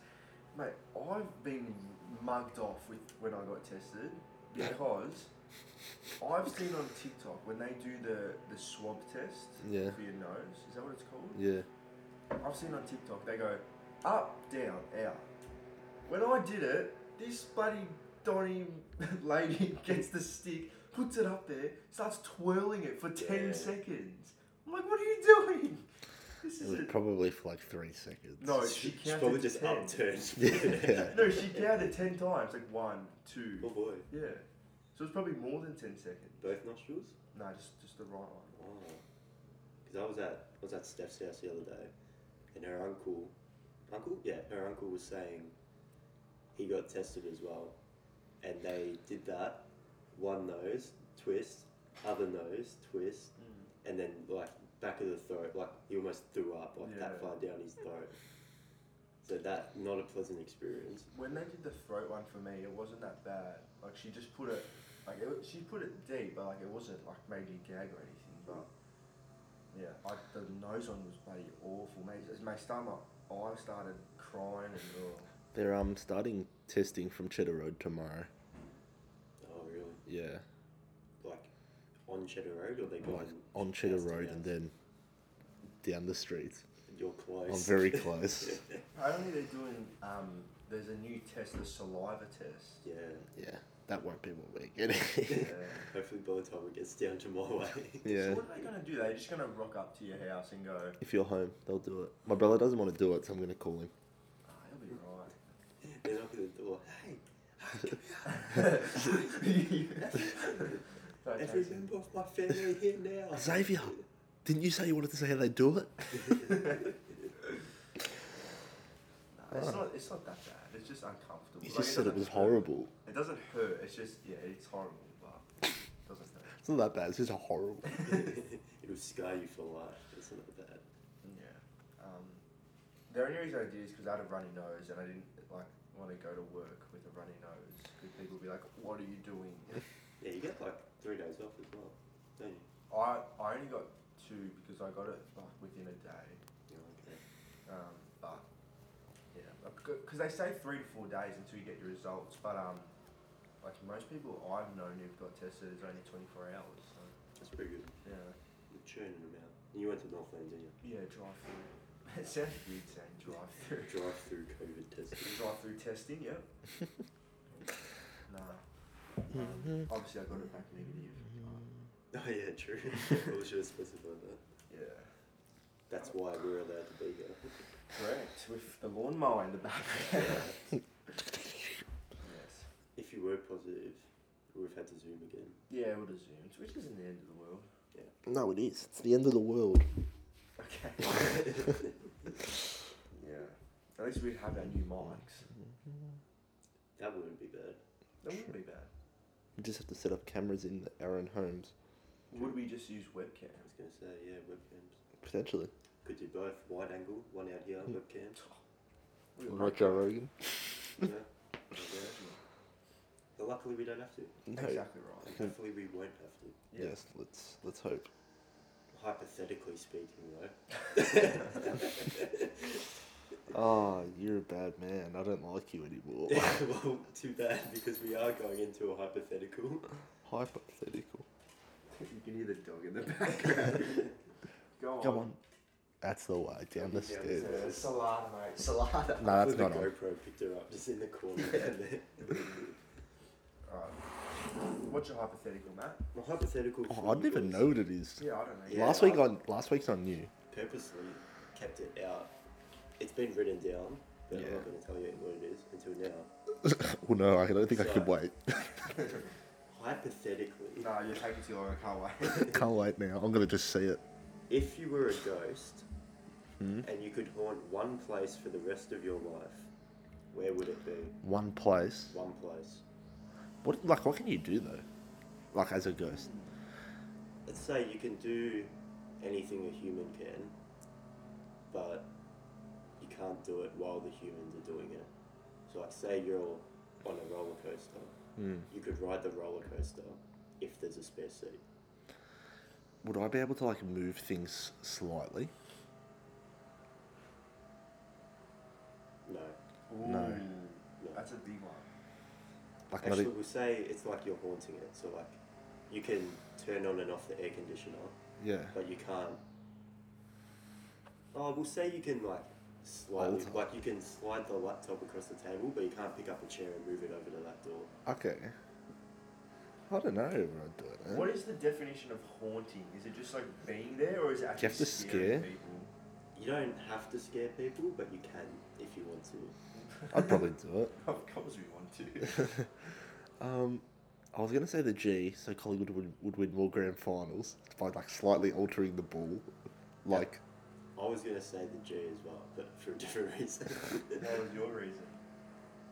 Speaker 2: mate. I've been mugged off with when I got tested because I've seen on TikTok when they do the the swab test
Speaker 3: Yeah.
Speaker 2: for your nose. Is that what it's called?
Speaker 3: Yeah.
Speaker 2: I've seen on TikTok, they go up, down, out. When I did it, this bloody Donny lady gets the stick, puts it up there, starts twirling it for 10
Speaker 1: Yeah.
Speaker 2: seconds. I'm like, what are you doing? This
Speaker 3: It was
Speaker 2: isn't.
Speaker 3: probably for like three seconds.
Speaker 2: No, Oh, she
Speaker 1: She
Speaker 2: counted
Speaker 1: probably just
Speaker 2: 10.
Speaker 1: upturned.
Speaker 3: Yeah.
Speaker 2: No, she counted 10 times, like one, two.
Speaker 1: Oh boy.
Speaker 2: Yeah. So it's probably more than 10 seconds.
Speaker 1: Both nostrils?
Speaker 2: No, just, just the right one.
Speaker 1: Wow. Because I was at I was at Steph's house the other day, and her uncle, uncle, yeah, her uncle was saying he got tested as well, and they did that one nose twist, other nose twist,
Speaker 2: Mm.
Speaker 1: and then like back of the throat, like he almost threw up like that
Speaker 2: Yeah.
Speaker 1: far down his throat. So that not a pleasant experience.
Speaker 2: When they did the throat one for me, it wasn't that bad. Like she just put it, like it, she put it deep, but like it wasn't like made you gag or anything. But yeah, like the nose one was bloody awful. Mate, It's- my stomach, I started crying and oh,
Speaker 3: They're um starting testing from Cheddar Road tomorrow.
Speaker 1: Oh really?
Speaker 3: Yeah.
Speaker 1: Like on Cheddar Road, or they go
Speaker 3: Like on Cheddar
Speaker 1: house to
Speaker 3: Road and
Speaker 1: Mm. house?
Speaker 3: then down the street.
Speaker 1: you're close.
Speaker 3: I'm very close.
Speaker 2: Apparently they're doing. Um, there's a new test, the saliva test.
Speaker 1: yeah.
Speaker 3: yeah. That won't be what we're getting.
Speaker 1: Hopefully by the time it gets down to my way.
Speaker 3: yeah.
Speaker 2: So what are they gonna do? They're just gonna rock up to your house and go,
Speaker 3: If you're home, they'll do it. My brother doesn't want to do it, so I'm going to call him.
Speaker 2: ah, it'll be right.
Speaker 1: they knock at the door. Hey,
Speaker 2: Don't
Speaker 1: every
Speaker 2: chase it.
Speaker 1: member of my family here now.
Speaker 3: Xavier, didn't you say you wanted to say how they do it?
Speaker 2: Nah, It's not. It's not that bad. It's just uncomfortable.
Speaker 3: You
Speaker 2: Like,
Speaker 3: just said it
Speaker 2: doesn't
Speaker 3: was
Speaker 2: hurt.
Speaker 3: horrible.
Speaker 2: It doesn't hurt. It's just yeah, it's horrible, but it doesn't hurt.
Speaker 3: It's not that bad. It's just horrible.
Speaker 1: It'll scar you for life. It's not that.
Speaker 2: Yeah. Um, the only reason I did is because I had a runny nose and I didn't like want to go to work with a runny nose because people would be like, "What are you doing?"
Speaker 1: Yeah, you get like three days off as well, don't you?
Speaker 2: I I only got two because I got it like within a day.
Speaker 1: You're like, okay.
Speaker 2: Um, but yeah, because they say three to four days until you get your results. But um, like most people I've known who've got tested, it's only twenty four hours. So
Speaker 1: That's pretty good.
Speaker 2: yeah,
Speaker 1: You're churning them out. And you went to Northland, didn't you?
Speaker 2: yeah, drive through. it sounds weird saying drive through.
Speaker 1: Drive through COVID testing.
Speaker 2: drive through testing, yeah. nah, Um, obviously, I got it back negative. Um,
Speaker 1: Oh yeah, true. we should have specified that.
Speaker 2: yeah.
Speaker 1: That's why we're allowed to be here.
Speaker 2: Correct. With the lawnmower in the background. yes.
Speaker 1: If you were positive, we've had to zoom again.
Speaker 2: Yeah, it would have zoomed, which isn't the end of the world.
Speaker 3: No, it is. It's the end of the world.
Speaker 2: Okay. yeah. At least we'd have our new mics.
Speaker 1: That wouldn't be bad.
Speaker 2: That wouldn't be bad.
Speaker 3: We just have to set up cameras in our own homes,
Speaker 2: Would we just use webcam?
Speaker 1: I was gonna say yeah, webcams.
Speaker 3: potentially.
Speaker 1: Could do both. Wide angle, one out here, webcams.
Speaker 2: We
Speaker 3: Like
Speaker 2: like
Speaker 3: Joe
Speaker 2: that.
Speaker 3: Rogan.
Speaker 1: Yeah. yeah. But luckily we don't have to.
Speaker 3: No.
Speaker 2: Exactly right.
Speaker 3: Okay.
Speaker 1: Hopefully we won't have to.
Speaker 2: Yeah.
Speaker 3: Yes. Let's let's hope.
Speaker 1: Hypothetically speaking, though.
Speaker 3: Oh, you're a bad man. I don't like you anymore.
Speaker 1: well, too bad because we are going into a hypothetical.
Speaker 3: Hypothetical.
Speaker 2: You can hear the dog in the background. Go on.
Speaker 3: Come on. That's the way down the
Speaker 1: Yeah,
Speaker 3: stairs.
Speaker 1: so-
Speaker 2: Salada, mate. Salada.
Speaker 3: No, Uh, that's
Speaker 1: With the
Speaker 3: not on.
Speaker 1: GoPro picked her up just in the corner. down there.
Speaker 2: Alright. What's your hypothetical, Matt?
Speaker 1: My hypothetical.
Speaker 3: Oh,
Speaker 1: for
Speaker 3: I
Speaker 1: you
Speaker 3: don't even
Speaker 1: guys
Speaker 3: know what it is.
Speaker 2: Yeah, I don't know.
Speaker 1: Yeah.
Speaker 3: last week on last week's on you.
Speaker 1: Purposely kept it out. It's been written down, but I'm
Speaker 3: Yeah.
Speaker 1: not going to tell you what it is until now.
Speaker 3: Well, no, I don't think I
Speaker 1: So-
Speaker 3: could wait.
Speaker 1: Hypothetically,
Speaker 2: No, you're taking too long. I can't wait.
Speaker 3: Can't wait now. I'm gonna just see it.
Speaker 1: if you were a ghost and you could haunt one place for the rest of your life, where would it be?
Speaker 3: One place.
Speaker 1: One place.
Speaker 3: What like what can you do though? Like as a ghost.
Speaker 1: Let's say you can do anything a human can, but you can't do it while the humans are doing it. So, like, say you're on a roller coaster, you could ride the roller coaster if there's a spare seat.
Speaker 3: Would I be able to like move things slightly?
Speaker 1: No.
Speaker 3: No.
Speaker 2: Ooh, That's a big one.
Speaker 3: Like
Speaker 1: Actually,
Speaker 3: not e-,
Speaker 1: we'll say it's like you're haunting it. So, like, you can turn on and off the air conditioner,
Speaker 3: e- yeah.
Speaker 1: but you can't. Oh, we'll say you can, like, slightly,
Speaker 3: Alter.
Speaker 1: like, you can slide the laptop across the table, but you can't pick up a chair and move it over to that door.
Speaker 3: Okay. I don't know if I'd do it. man.
Speaker 2: What is the definition of haunting? Is it just like being there, or is it
Speaker 3: you
Speaker 2: actually
Speaker 3: have to
Speaker 2: scaring
Speaker 3: scare?
Speaker 2: people?
Speaker 1: You don't have to scare people, but you can if you want to.
Speaker 3: I'd probably do it.
Speaker 2: Of course, we want to.
Speaker 3: Um, I was gonna say the G, so Collingwood would, would win more grand finals by like slightly altering the ball, like
Speaker 1: I was gonna say the G as well, but for a different reason.
Speaker 2: what was your reason?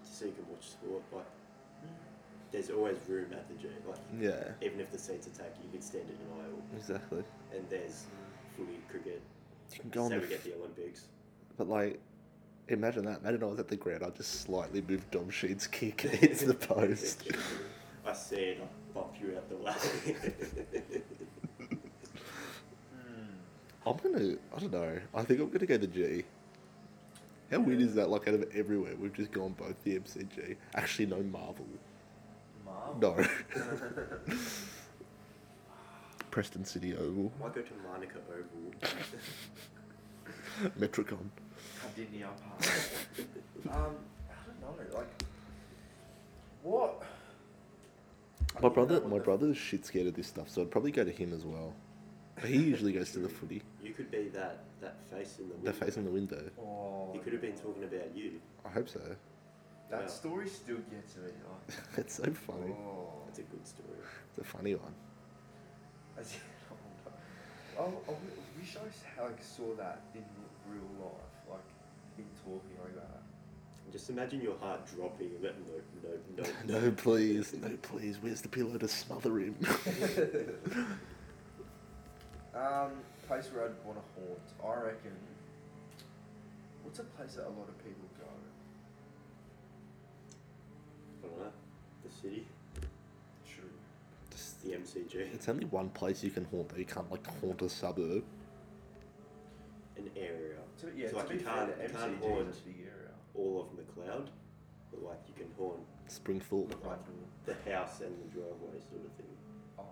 Speaker 1: Just so you can watch sport. Like, there's always room at the G. Like,
Speaker 3: yeah,
Speaker 1: even if the seats are taken, you can stand in an aisle.
Speaker 3: exactly.
Speaker 1: And there's footy, cricket.
Speaker 3: You can go on
Speaker 1: say
Speaker 3: the,
Speaker 1: we
Speaker 3: f-
Speaker 1: get the Olympics.
Speaker 3: but like, imagine that. Imagine I was at the ground. I just slightly moved Dom Sheed's kick and hits the post.
Speaker 1: I see it. I bump you out the way.
Speaker 3: I'm gonna. I don't know. I think I'm gonna go the G. How weird is that? Like out of everywhere, we've just gone both the MCG. Actually, no Marvel.
Speaker 2: Marvel.
Speaker 3: No. Preston City Oval,
Speaker 1: Might go to Monica Oval.
Speaker 3: Metricon.
Speaker 2: Cardinia Park. um, I don't know. Like, what? I
Speaker 3: My
Speaker 2: don't know
Speaker 3: brother,
Speaker 2: what
Speaker 3: my
Speaker 2: the-
Speaker 3: brother's shit scared of this stuff, so I'd probably go to him as well. But he usually goes to the footy.
Speaker 1: You could be that, that face in the
Speaker 3: The
Speaker 1: window.
Speaker 3: face in the window.
Speaker 2: Oh,
Speaker 1: He could have been talking about you.
Speaker 3: I hope so.
Speaker 2: That
Speaker 1: Yeah.
Speaker 2: story still gets me. Like,
Speaker 3: It's so funny.
Speaker 2: oh.
Speaker 1: That's a good story.
Speaker 3: It's a funny one.
Speaker 2: As in, I, wonder- I, I w- wish I s- like saw that in real life, like him talking like that.
Speaker 1: Just imagine your heart dropping and that no, no, no,
Speaker 3: No, please, no, please. Where's the pillow to smother him?
Speaker 2: Um, place where I'd want to haunt. I reckon. What's a place that a lot of people go?
Speaker 1: I don't know. The city,
Speaker 2: True.
Speaker 3: Just-
Speaker 1: the MCG,
Speaker 3: it's only one place you can haunt. Though you can't like haunt a suburb.
Speaker 1: an area.
Speaker 2: So yeah,
Speaker 1: So, like,
Speaker 2: to
Speaker 1: you
Speaker 2: be fair,
Speaker 1: can't-
Speaker 2: the
Speaker 1: you can't
Speaker 2: MCG is a
Speaker 1: haunt
Speaker 2: big area.
Speaker 1: All of McLeod, but like you can haunt
Speaker 3: Springfield.
Speaker 1: like the house and the driveway sort of thing,
Speaker 2: Oh,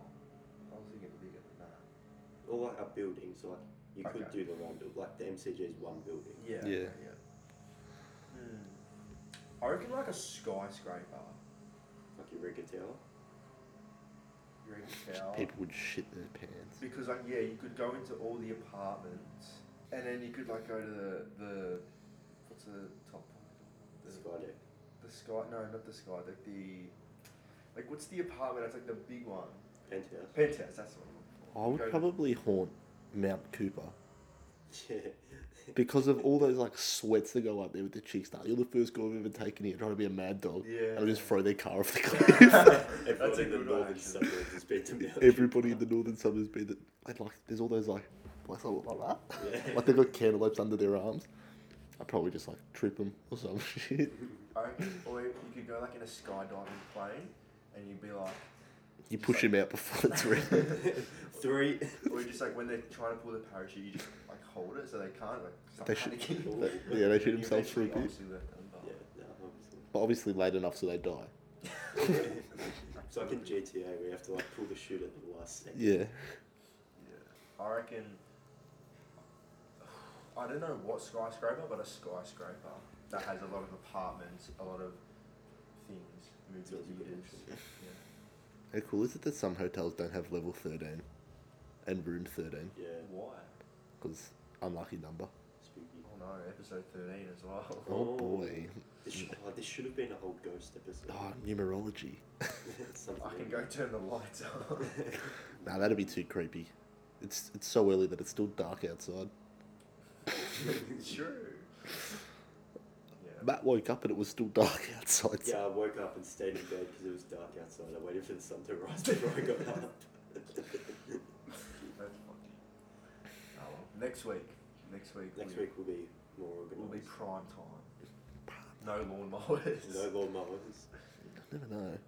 Speaker 2: I was thinking bigger than that.
Speaker 1: or like a building. So like you could
Speaker 2: Okay.
Speaker 1: do the rondo. Like the MCG is one building.
Speaker 2: Yeah.
Speaker 3: Yeah.
Speaker 2: okay, yeah. Hmm. I reckon like a skyscraper.
Speaker 1: Like Eureka Tower.
Speaker 2: You're in town.
Speaker 3: People would shit their pants.
Speaker 2: Because like yeah, you could go into all the apartments, and then you could like go to the the what's the top one?
Speaker 1: The sky deck.
Speaker 2: The sky? No, not the sky. Like the like what's the apartment? That's like the big one.
Speaker 1: Penthouse.
Speaker 2: Penthouse. That's the one.
Speaker 3: I would
Speaker 2: Go to-
Speaker 3: probably haunt Mount Cooper
Speaker 1: Yeah.
Speaker 3: because of all those like sweats that go up there with the chicks. Now you're the first girl I've ever taken here trying to be a mad dog.
Speaker 2: Yeah.
Speaker 3: I'll just throw their car off the cliff.
Speaker 1: Everyone in
Speaker 2: a
Speaker 1: the
Speaker 2: good one,
Speaker 1: northern
Speaker 2: actually.
Speaker 1: suburbs has been to Mount.
Speaker 3: Everybody in the northern suburbs be that. And like, there's all those like, like, like,
Speaker 1: Yeah.
Speaker 3: like they've got cantaloupes under their arms. I'd probably just like trip them or some shit.
Speaker 2: I reckon- or you could go like in a skydiving plane, and you'd be like,
Speaker 3: You push him out before it's ready.
Speaker 1: Three.
Speaker 2: or you just like when they're trying to pull the parachute, you just like hold it so they can't like. Start
Speaker 3: They should-
Speaker 2: panicking.
Speaker 1: Ooh.
Speaker 3: They- yeah,
Speaker 2: And
Speaker 3: they
Speaker 2: you
Speaker 3: shoot themselves for a
Speaker 2: eventually
Speaker 3: bit,
Speaker 2: obviously let them, but-
Speaker 1: Yeah, no, obviously.
Speaker 3: but obviously late enough so they die.
Speaker 1: It's like in GTA, we have to like pull the chute at the last second.
Speaker 3: Yeah.
Speaker 2: Yeah. I reckon. I don't know what skyscraper, but a skyscraper that has a lot of apartments, a lot of things, movie
Speaker 1: It's really good
Speaker 2: theaters.
Speaker 1: option.
Speaker 2: Yeah.
Speaker 3: How cool is it that some hotels don't have level 13 and room 13?
Speaker 1: Yeah,
Speaker 2: Why?
Speaker 3: Because unlucky number.
Speaker 1: spooky.
Speaker 2: Oh no, episode thirteen as well.
Speaker 3: Oh,
Speaker 1: Oh.
Speaker 3: boy.
Speaker 1: This, sh- oh, this should have been a whole ghost episode.
Speaker 3: Oh, numerology.
Speaker 1: Something
Speaker 2: I can
Speaker 1: like
Speaker 2: go turn the lights on.
Speaker 3: Nah, that'd be too creepy. It's it's so early that it's still dark outside.
Speaker 2: sure. Yeah.
Speaker 3: Matt woke up and it was still dark outside.
Speaker 1: Yeah, I woke up and stayed in bed because it was dark outside. I waited for the sun to rise before I got up.
Speaker 2: That's funny. Oh, well. Next week. Next week.
Speaker 1: Next
Speaker 2: we-
Speaker 1: week will be more
Speaker 2: will be
Speaker 1: organised.
Speaker 2: prime time. No lawnmowers.
Speaker 1: No lawn mowers.
Speaker 3: I never know.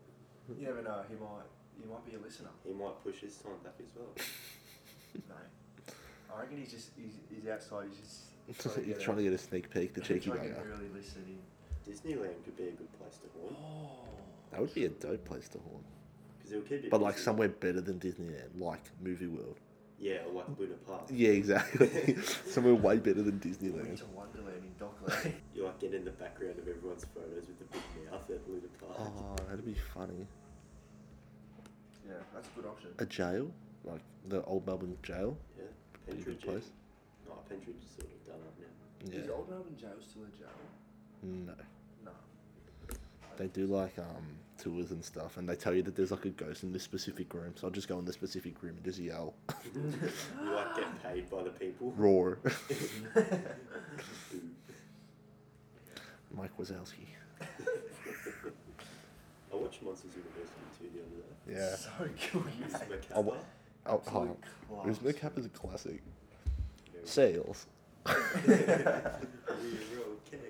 Speaker 2: You never know. He might. He might be a listener.
Speaker 1: He might push his time back as well.
Speaker 2: No. I reckon he's just he's, he's outside. He's just
Speaker 3: It's just like you're trying to get a sneak peek, the cheeky
Speaker 2: trying to
Speaker 3: bugger.
Speaker 2: really listening.
Speaker 1: Disneyland could be a good place to haunt
Speaker 2: Oh.
Speaker 3: That would be a dope place to haunt.
Speaker 1: because it'll keep you.
Speaker 3: But like
Speaker 1: busy.
Speaker 3: somewhere better than Disneyland, like Movie World.
Speaker 1: Yeah, or like Luna Park.
Speaker 3: Yeah, exactly. somewhere way better
Speaker 2: Went
Speaker 3: than Disneyland.
Speaker 2: to Wonderland in Dockland.
Speaker 1: You like get in the background of everyone's photos with the big mouth at Luna Park.
Speaker 3: Oh, that'd be funny.
Speaker 2: yeah, that's a good option.
Speaker 3: A jail? Like the old Melbourne jail?
Speaker 1: Yeah,
Speaker 3: Pretty good
Speaker 1: Pentridge.
Speaker 3: place.
Speaker 1: No, Pentridge is sort of done up now.
Speaker 3: Yeah.
Speaker 2: Is Old Melbourne Jail still a jail?
Speaker 3: No.
Speaker 2: No.
Speaker 3: They do like um tours and stuff and they tell you that there's like a ghost in this specific room, so I'll just go in this specific room and just yell.
Speaker 1: You like get paid by the people.
Speaker 3: Roar.
Speaker 1: Boo.
Speaker 3: Mike Wazowski.
Speaker 1: I watched Monsters University 2 the other day.
Speaker 3: Yeah.
Speaker 2: So good,
Speaker 1: It was
Speaker 2: mate.
Speaker 1: Macapa.
Speaker 3: wa- Oh,
Speaker 2: Absolute
Speaker 3: oh. It was
Speaker 2: class.
Speaker 3: Macap is a classic.
Speaker 1: Very
Speaker 3: Sales.
Speaker 1: good. We're okay.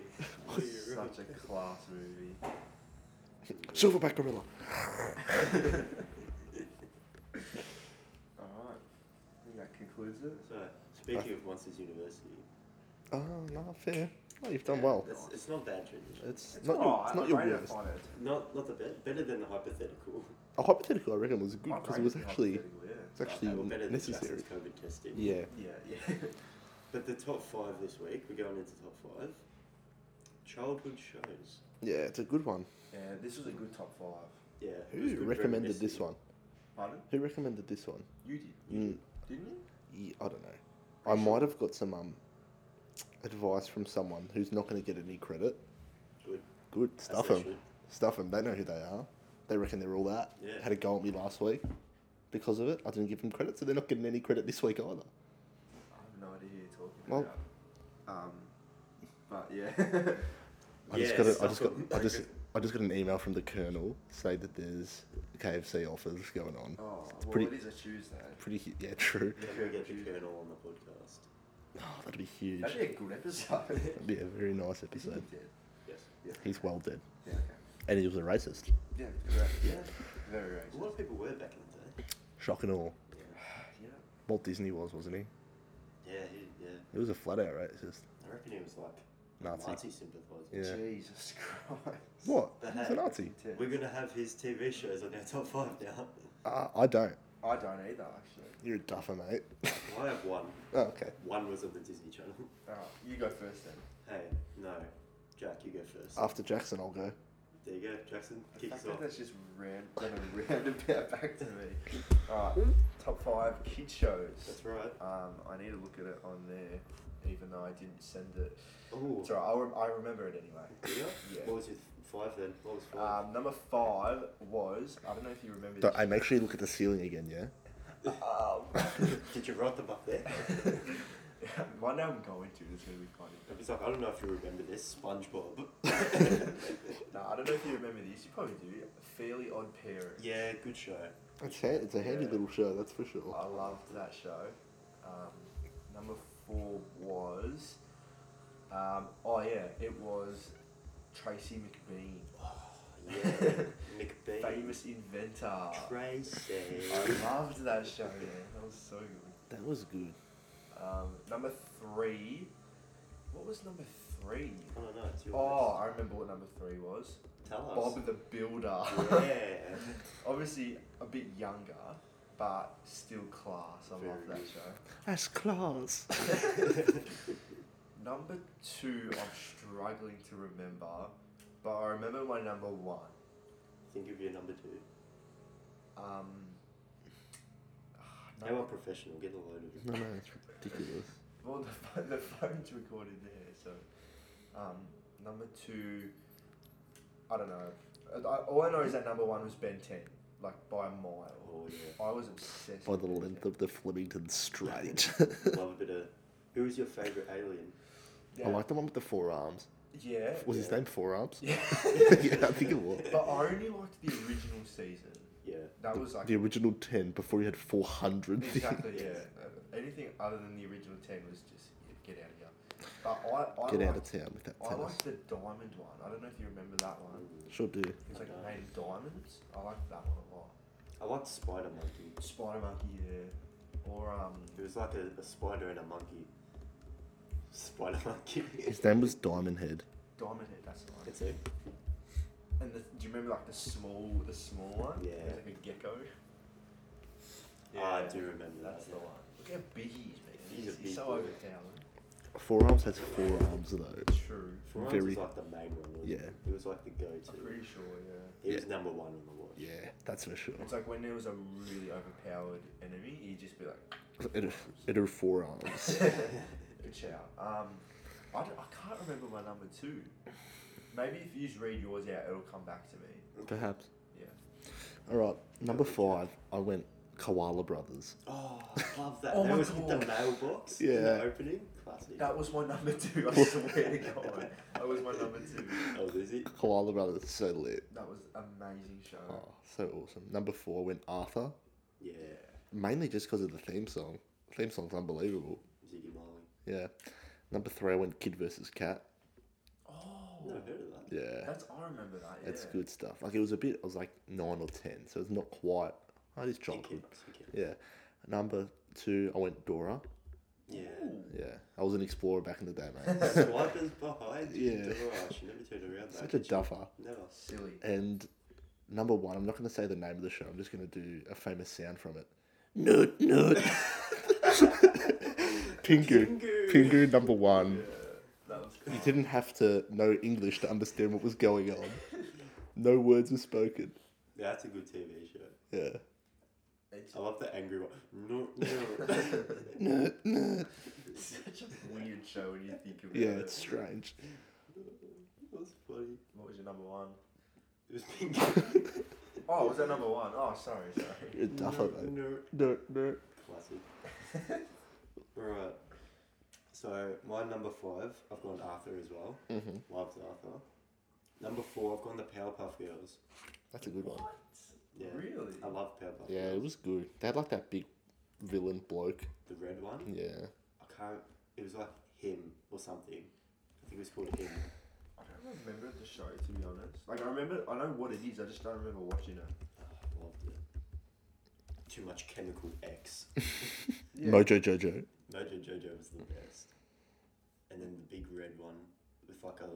Speaker 1: We're
Speaker 2: Such
Speaker 1: okay.
Speaker 2: a class movie.
Speaker 3: Silverback Gorilla.
Speaker 2: Alright. I think that concludes it.
Speaker 1: So, speaking of Monsters University,
Speaker 3: Oh, no, fair. Oh, you've done well.
Speaker 1: that's, it's not bad transition.
Speaker 3: It's, not your, it's not your worst.
Speaker 1: Not, not the best. Better than the hypothetical.
Speaker 3: A hypothetical, I reckon, was good because it was actually it's actually
Speaker 1: Uh, well, better than
Speaker 3: necessary.
Speaker 1: Justin's COVID testing.
Speaker 3: Yeah.
Speaker 2: Yeah, yeah.
Speaker 1: But the top five this week, we're going into top five. Childhood shows.
Speaker 3: Yeah, it's a good one.
Speaker 2: yeah, this was a good top five.
Speaker 1: Yeah. it was
Speaker 3: Who
Speaker 1: good
Speaker 3: recommended this
Speaker 1: reminiscing.
Speaker 3: one?
Speaker 2: Pardon?
Speaker 3: Who recommended this one?
Speaker 2: You did.
Speaker 3: Mm,
Speaker 2: Didn't you?
Speaker 3: yeah, I don't know. I might have got some um, advice from someone who's not going to get any credit.
Speaker 1: Good.
Speaker 3: Good.
Speaker 1: As
Speaker 3: Stuff
Speaker 1: they
Speaker 3: them.
Speaker 1: should.
Speaker 3: Stuff them. They know who they are. They reckon they're all that.
Speaker 1: Yeah.
Speaker 3: Had a go at me last week because of it. I didn't give them credit, so they're not getting any credit this week either.
Speaker 2: I have no idea who you're talking
Speaker 3: Well-
Speaker 2: about. Um, but yeah.
Speaker 3: I
Speaker 1: Yeah,
Speaker 3: just got a, I
Speaker 1: stuff
Speaker 3: just got
Speaker 1: 'em.
Speaker 3: I just I just got an email from the colonel saying that there's KFC offers going on.
Speaker 2: oh, well,
Speaker 3: pretty-
Speaker 2: it is a Tuesday.
Speaker 3: Pretty hu- yeah, true.
Speaker 1: Can we get the Colonel on the podcast?
Speaker 3: Oh, that'd be huge.
Speaker 2: That'd be a good episode.
Speaker 3: That'd be a very nice
Speaker 2: Isn't he
Speaker 3: episode.
Speaker 2: dead?
Speaker 1: Yes.
Speaker 3: He's well dead,
Speaker 2: Yeah, okay.
Speaker 3: and he was a racist.
Speaker 2: Yeah, correct.
Speaker 1: Yeah.
Speaker 2: Very right.
Speaker 1: A lot of people were back in the day.
Speaker 3: Shock and awe.
Speaker 2: Yeah.
Speaker 3: Walt Disney was, wasn't he?
Speaker 1: Yeah, he, yeah.
Speaker 3: He was a flat out racist.
Speaker 1: I reckon he was like
Speaker 3: Nazi.
Speaker 1: Nazi sympathiser.
Speaker 3: Yeah.
Speaker 2: Jesus Christ.
Speaker 3: What?
Speaker 1: The
Speaker 3: He's a
Speaker 1: heck?
Speaker 3: Nazi.
Speaker 2: Yeah.
Speaker 1: We're gonna have his TV shows on our top five now.
Speaker 3: Uh, I don't.
Speaker 2: I don't either, actually.
Speaker 3: You're a duffer, mate.
Speaker 1: Well, I have one.
Speaker 3: oh, okay.
Speaker 1: One was on the Disney Channel.
Speaker 2: Alright, you go first then.
Speaker 1: Hey, no, Jack, you go first.
Speaker 3: After Jackson, I'll go.
Speaker 1: There you go, Jackson.
Speaker 2: The
Speaker 1: Kick
Speaker 2: fact
Speaker 1: us
Speaker 2: that
Speaker 1: off.
Speaker 2: that's just ran, done a roundabout back to me. Alright, top five kid shows.
Speaker 1: That's right.
Speaker 2: Um, I need to look at it on there, even though I didn't send it.
Speaker 1: Oh,
Speaker 2: It's alright, I, rem- I remember it anyway. Yeah.
Speaker 1: What was your th- five then? What was five?
Speaker 2: Um, number five was, I don't know if you remember
Speaker 3: So,
Speaker 2: this.
Speaker 3: hey, make sure you look at the ceiling again, yeah?
Speaker 2: Um,
Speaker 1: Did you write them up there?
Speaker 2: one day I'm going to, it's going to be funny.
Speaker 1: I was like, I don't know if you remember this, SpongeBob.
Speaker 2: No, I don't know if you remember this. You probably do. Fairly Odd Parents.
Speaker 1: yeah, good show.
Speaker 3: It's, ha- it's a handy
Speaker 2: Yeah.
Speaker 3: little show, that's for sure.
Speaker 2: I loved that show. Um, number four was, um, oh yeah, it was Tracy McBean,
Speaker 1: Yeah, McBean.
Speaker 2: famous inventor.
Speaker 1: Tracy.
Speaker 2: I loved that show. Man. That was so good.
Speaker 3: That was good.
Speaker 2: Um, number three, what was number three?
Speaker 1: I don't know. It's your
Speaker 2: Oh, I remember what number three was.
Speaker 1: list. tell us.
Speaker 2: Bob the Builder.
Speaker 1: Yeah.
Speaker 2: Obviously a bit younger, but still class. I love
Speaker 1: Very
Speaker 2: that
Speaker 1: good.
Speaker 2: show.
Speaker 3: That's class.
Speaker 2: Number two, I'm struggling to remember, but I remember my number one.
Speaker 1: Think of your number two.
Speaker 2: Um,
Speaker 1: They were
Speaker 2: number,
Speaker 1: professional. Get a load of them.
Speaker 3: No, no, it's ridiculous.
Speaker 2: well, the, pho- the phone's recorded there, so um, number two, I don't know. I, I- all I know is that number one was Ben 10, like by a mile.
Speaker 1: Oh yeah.
Speaker 2: I was obsessed.
Speaker 3: By the
Speaker 2: with
Speaker 3: length of the Flemington Strait.
Speaker 1: Love a bit of. Who was your favorite alien?
Speaker 2: Ben
Speaker 3: I
Speaker 2: 10.
Speaker 3: like the one with the forearms.
Speaker 2: Yeah. Yeah.
Speaker 3: Was his
Speaker 1: Yeah.
Speaker 3: name Forearms?
Speaker 2: Yeah.
Speaker 3: yeah, I think it was.
Speaker 2: but I only liked the original season.
Speaker 1: Yeah.
Speaker 2: That was like
Speaker 3: The original 10 before he had 400 things.
Speaker 2: Exactly, yeah. Anything other than the original 10 was just yeah, get out of here. But I, I
Speaker 3: Get
Speaker 2: liked,
Speaker 3: out of town with that
Speaker 2: I
Speaker 3: tennis.
Speaker 2: liked the diamond one. I don't know if you remember that one.
Speaker 3: Sure do.
Speaker 2: It was like
Speaker 1: No.
Speaker 2: made of diamonds. I liked that one a lot.
Speaker 1: I liked Spider Monkey.
Speaker 2: Spider Monkey, yeah. Or, um,
Speaker 1: It was like a, a spider and a monkey. Spider Monkey.
Speaker 3: His name was Diamond Head.
Speaker 2: Diamond Head, that's the one.
Speaker 1: That's it.
Speaker 2: And the, do you remember like the small, the small one? It
Speaker 1: Yeah.
Speaker 2: was like a gecko.
Speaker 1: I do remember that.
Speaker 2: That's the one. Look how big he is, man.
Speaker 1: He's a
Speaker 2: He's, he's,
Speaker 1: big
Speaker 2: so
Speaker 1: boy.
Speaker 2: overpowered.
Speaker 3: Forearms has four arms though.
Speaker 2: True.
Speaker 1: Forearms
Speaker 3: Very-
Speaker 1: was like the main one. Wasn't
Speaker 3: Yeah.
Speaker 1: It? it was like the
Speaker 2: I'm
Speaker 1: go-to.
Speaker 2: pretty sure, yeah.
Speaker 1: He was number one on the watch.
Speaker 3: Yeah, that's for sure.
Speaker 2: It's like when there was a really overpowered enemy, he'd just be like,
Speaker 3: It, it are forearms.
Speaker 2: "Good shout." Um, I, don't- I can't remember my number two. Maybe if you just read yours out, it'll come back to me.
Speaker 3: Perhaps.
Speaker 2: Yeah.
Speaker 3: Alright, number five, I went Koala Brothers.
Speaker 1: Oh, I love that.
Speaker 2: Oh
Speaker 1: that
Speaker 2: my
Speaker 1: was
Speaker 2: God.
Speaker 1: the mailbox. In
Speaker 3: Yeah.
Speaker 1: the opening. Classic.
Speaker 2: That was my number two. I swear to God, that was my number two.
Speaker 1: Oh, is it?
Speaker 3: Koala Brothers is so lit.
Speaker 2: That was amazing show.
Speaker 3: Oh, so awesome. Number four, I went Arthur.
Speaker 1: Yeah.
Speaker 3: Mainly just because of the theme song. The theme song's unbelievable.
Speaker 1: Ziggy Marley.
Speaker 3: Yeah. Number three, I went Kid versus Cat.
Speaker 2: Oh,
Speaker 1: Never heard of that.
Speaker 3: Yeah.
Speaker 2: that's I remember that. Yeah.
Speaker 3: It's good stuff. Like it was a bit. I was like nine or ten, so it's not quite. Oh, it is childhood.
Speaker 1: Kids, we kids.
Speaker 3: Yeah. Number two, I went Dora.
Speaker 1: Yeah.
Speaker 3: Yeah, I was an explorer back in the day, mate.
Speaker 1: Swipers behind you.
Speaker 3: Yeah.
Speaker 1: Dora, she never turned around. though,
Speaker 3: Such a
Speaker 1: did she?
Speaker 3: duffer.
Speaker 1: Never.
Speaker 2: Silly.
Speaker 3: And number one, I'm not going to say the name of the show. I'm just going to do a famous sound from it. Nerd, nerd. Pingu.
Speaker 1: Pingu.
Speaker 3: Pingu number one.
Speaker 2: That was
Speaker 3: You didn't have to know English to understand what was going on. No words were spoken.
Speaker 1: Yeah, that's a good TV show.
Speaker 3: Yeah.
Speaker 2: it's
Speaker 1: I love the angry one. No, no.
Speaker 2: such a weird show when you think about
Speaker 3: Yeah,
Speaker 2: it.
Speaker 3: it's strange.
Speaker 1: That was funny.
Speaker 2: What was your number one?
Speaker 1: It was Pingu.
Speaker 2: Oh, was that number one? Oh, sorry, sorry.
Speaker 3: You're a duffer,
Speaker 1: No,
Speaker 3: mate.
Speaker 1: no.
Speaker 3: Nerd, nerd.
Speaker 1: Classic. Alright. So my number five, I've gone Arthur as well.
Speaker 3: Mhm.
Speaker 1: Loved Arthur. Number four, I've gone the Powerpuff Girls.
Speaker 3: That's a good one.
Speaker 1: Yeah.
Speaker 2: Really?
Speaker 1: I love Powerpuff
Speaker 3: Yeah, it
Speaker 1: Girls.
Speaker 3: was good. They had like that big villain bloke.
Speaker 1: The red one.
Speaker 3: Yeah.
Speaker 1: I can't it was like him or something. I think it was called him.
Speaker 2: I don't remember the show to be honest. Like I remember, I know what it is. I just don't remember watching it.
Speaker 1: Oh, I loved it. Too much chemical X.
Speaker 3: Mojo Jojo.
Speaker 1: Mojo Jojo was the best. And then the big red one with like a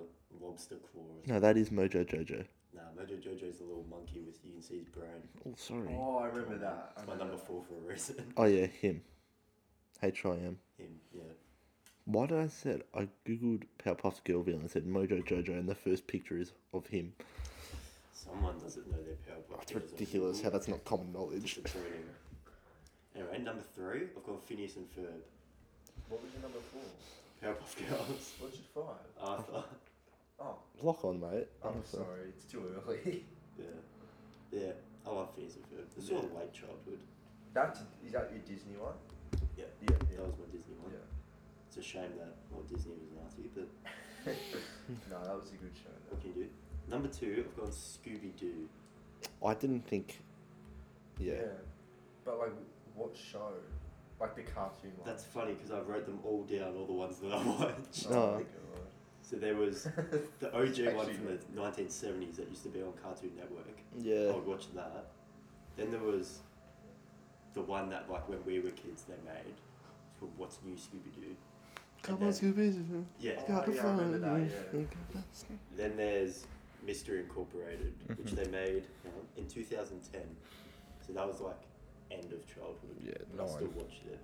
Speaker 1: lobster claw or something.
Speaker 3: No, that is Mojo Jojo.
Speaker 1: Nah, Mojo Jojo's a little monkey with you can see his brain.
Speaker 3: Oh, sorry.
Speaker 2: Oh, I remember that. I
Speaker 1: Hmm. It's my
Speaker 2: remember
Speaker 1: number
Speaker 2: that.
Speaker 1: four for a reason.
Speaker 3: Oh, yeah, him. H I M.
Speaker 1: Him, yeah.
Speaker 3: Why did I said I googled Powerpuff Girl villain and said Mojo Jojo and the first picture is of him.
Speaker 1: Someone doesn't know their power block.
Speaker 3: It's ridiculous how that's not common knowledge.
Speaker 1: Disappointing. Anyway, number three, I've got Phineas and Ferb.
Speaker 2: What was your number four?
Speaker 1: Powerpuff Girls.
Speaker 2: What's your five?
Speaker 1: Arthur.
Speaker 2: Oh,
Speaker 3: Lock on, mate.
Speaker 2: I'm
Speaker 3: Honestly.
Speaker 2: sorry. It's too early.
Speaker 1: Yeah. Yeah. I love Phineas and Ferb. It's all late childhood.
Speaker 2: That's is that your Disney one?
Speaker 1: Yeah.
Speaker 2: Yeah. Yeah.
Speaker 1: That was my Disney one.
Speaker 2: yeah.
Speaker 1: It's a shame that Walt Disney was nasty, but
Speaker 2: no, that was a good show. Though.
Speaker 1: what can you do? Number two, I've gone Scooby Doo.
Speaker 3: I didn't think. Yeah.
Speaker 2: But like, what show? Like the cartoon one.
Speaker 1: That's funny because I wrote them all down, all the ones that I watched.
Speaker 2: Oh my
Speaker 3: Oh.
Speaker 2: God.
Speaker 1: So there was the OG one
Speaker 2: Actually-
Speaker 1: from the 1970s that used to be on Cartoon Network. I
Speaker 3: Yeah. Oh,
Speaker 1: would watch that. Then there was the one that, like, when we were kids, they made it's called What's New Scooby Doo.
Speaker 3: Come on, Scooby.
Speaker 1: Yeah.
Speaker 2: Oh, yeah, I remember that, yeah.
Speaker 1: Then there's Mystery Incorporated,
Speaker 3: Mm-hmm.
Speaker 1: which they made um, in 2010. So that was like end of childhood.
Speaker 3: Yeah,
Speaker 1: but I still
Speaker 3: nine.
Speaker 1: watched it.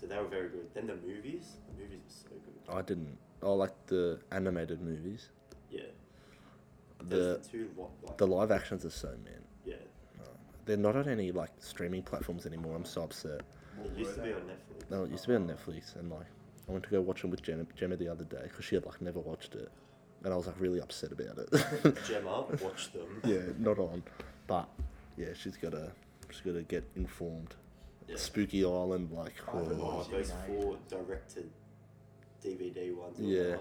Speaker 1: So they were very good. Then the movies. The movies were so good.
Speaker 3: I didn't. I like the animated movies.
Speaker 1: Yeah.
Speaker 3: The
Speaker 1: Those two lot like
Speaker 3: the live actions are so man.
Speaker 1: yeah.
Speaker 3: They're not on any like streaming platforms anymore. I'm so upset.
Speaker 2: What
Speaker 1: It
Speaker 2: were
Speaker 1: used to be
Speaker 2: they?
Speaker 1: on Netflix.
Speaker 3: No, it used to be on Netflix, and like I went to go watch them with Gemma, Gemma the other day because she had like never watched it, and I was like really upset about it.
Speaker 1: Gemma watched them.
Speaker 3: yeah, not on. But yeah, she's gotta she's gotta get informed.
Speaker 1: Yeah.
Speaker 3: Spooky Island, like
Speaker 2: I don't
Speaker 3: oh,
Speaker 1: Oh,
Speaker 2: Watching
Speaker 1: those
Speaker 2: that.
Speaker 1: four directed DVD ones. or
Speaker 3: Yeah.
Speaker 1: whatever,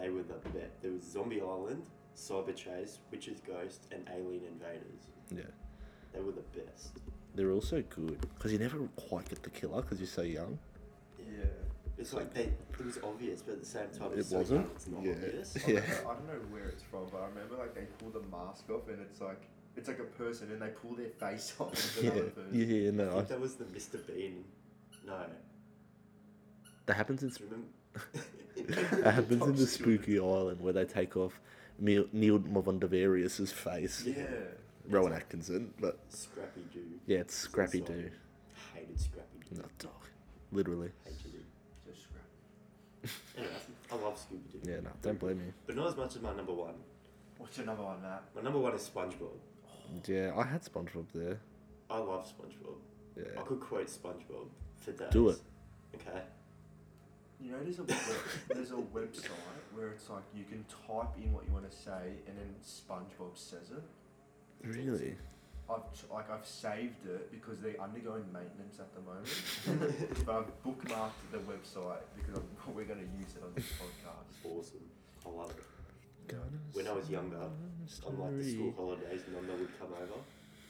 Speaker 1: They were the best. There was Zombie Island, Cyber Chase, Witch's Ghost, and Alien Invaders.
Speaker 3: yeah.
Speaker 1: They were the best.
Speaker 3: They're also good because you never quite get the killer because you're so young.
Speaker 2: Yeah.
Speaker 1: It's like they, it was obvious, but at the same time,
Speaker 3: It
Speaker 1: it's so
Speaker 3: wasn't.
Speaker 1: young, it's not
Speaker 3: Yeah.
Speaker 1: obvious.
Speaker 2: I
Speaker 3: Yeah.
Speaker 2: don't know- I don't know where it's from, but I remember like they pull the mask off and it's like it's like a person and they pull their face off. It's
Speaker 3: Yeah,
Speaker 2: another person.
Speaker 3: yeah, yeah,
Speaker 1: I
Speaker 3: no.
Speaker 1: think that was the Mr. Bean. No,
Speaker 3: That happens in
Speaker 1: do
Speaker 3: Sp-
Speaker 1: you
Speaker 3: that
Speaker 1: remember?
Speaker 3: happens in the
Speaker 2: Top secret.
Speaker 3: Spooky Island where they take off Neil, Neil Mavundavarius's face.
Speaker 1: Yeah.
Speaker 3: Rowan Atkinson, but
Speaker 1: Scrappy Doo.
Speaker 3: yeah, it's Scrappy
Speaker 1: Sorry.
Speaker 3: Doo,
Speaker 1: Hated Scrappy Doo.
Speaker 3: not dog, literally.
Speaker 1: Hated it.
Speaker 2: Just scrap.
Speaker 1: Anyway, I love Scooby Doo.
Speaker 3: Yeah, no, don't blame me.
Speaker 1: But not as much as my number one.
Speaker 2: What's your number one, Matt?
Speaker 1: My number one is SpongeBob.
Speaker 3: Yeah, I had SpongeBob there.
Speaker 1: I love SpongeBob.
Speaker 3: Yeah,
Speaker 1: I could quote SpongeBob for days.
Speaker 3: Do it.
Speaker 1: Okay.
Speaker 2: You know, there's a web, there's a website where it's like you can type in what you want to say and then SpongeBob says it.
Speaker 3: really.
Speaker 2: I've t- like I've saved it because they're undergoing maintenance at the moment, but I've bookmarked the website because I'm, we're going to use it on this podcast.
Speaker 1: Awesome. I love it. When I was younger, on like the school holidays, Nonna would come over.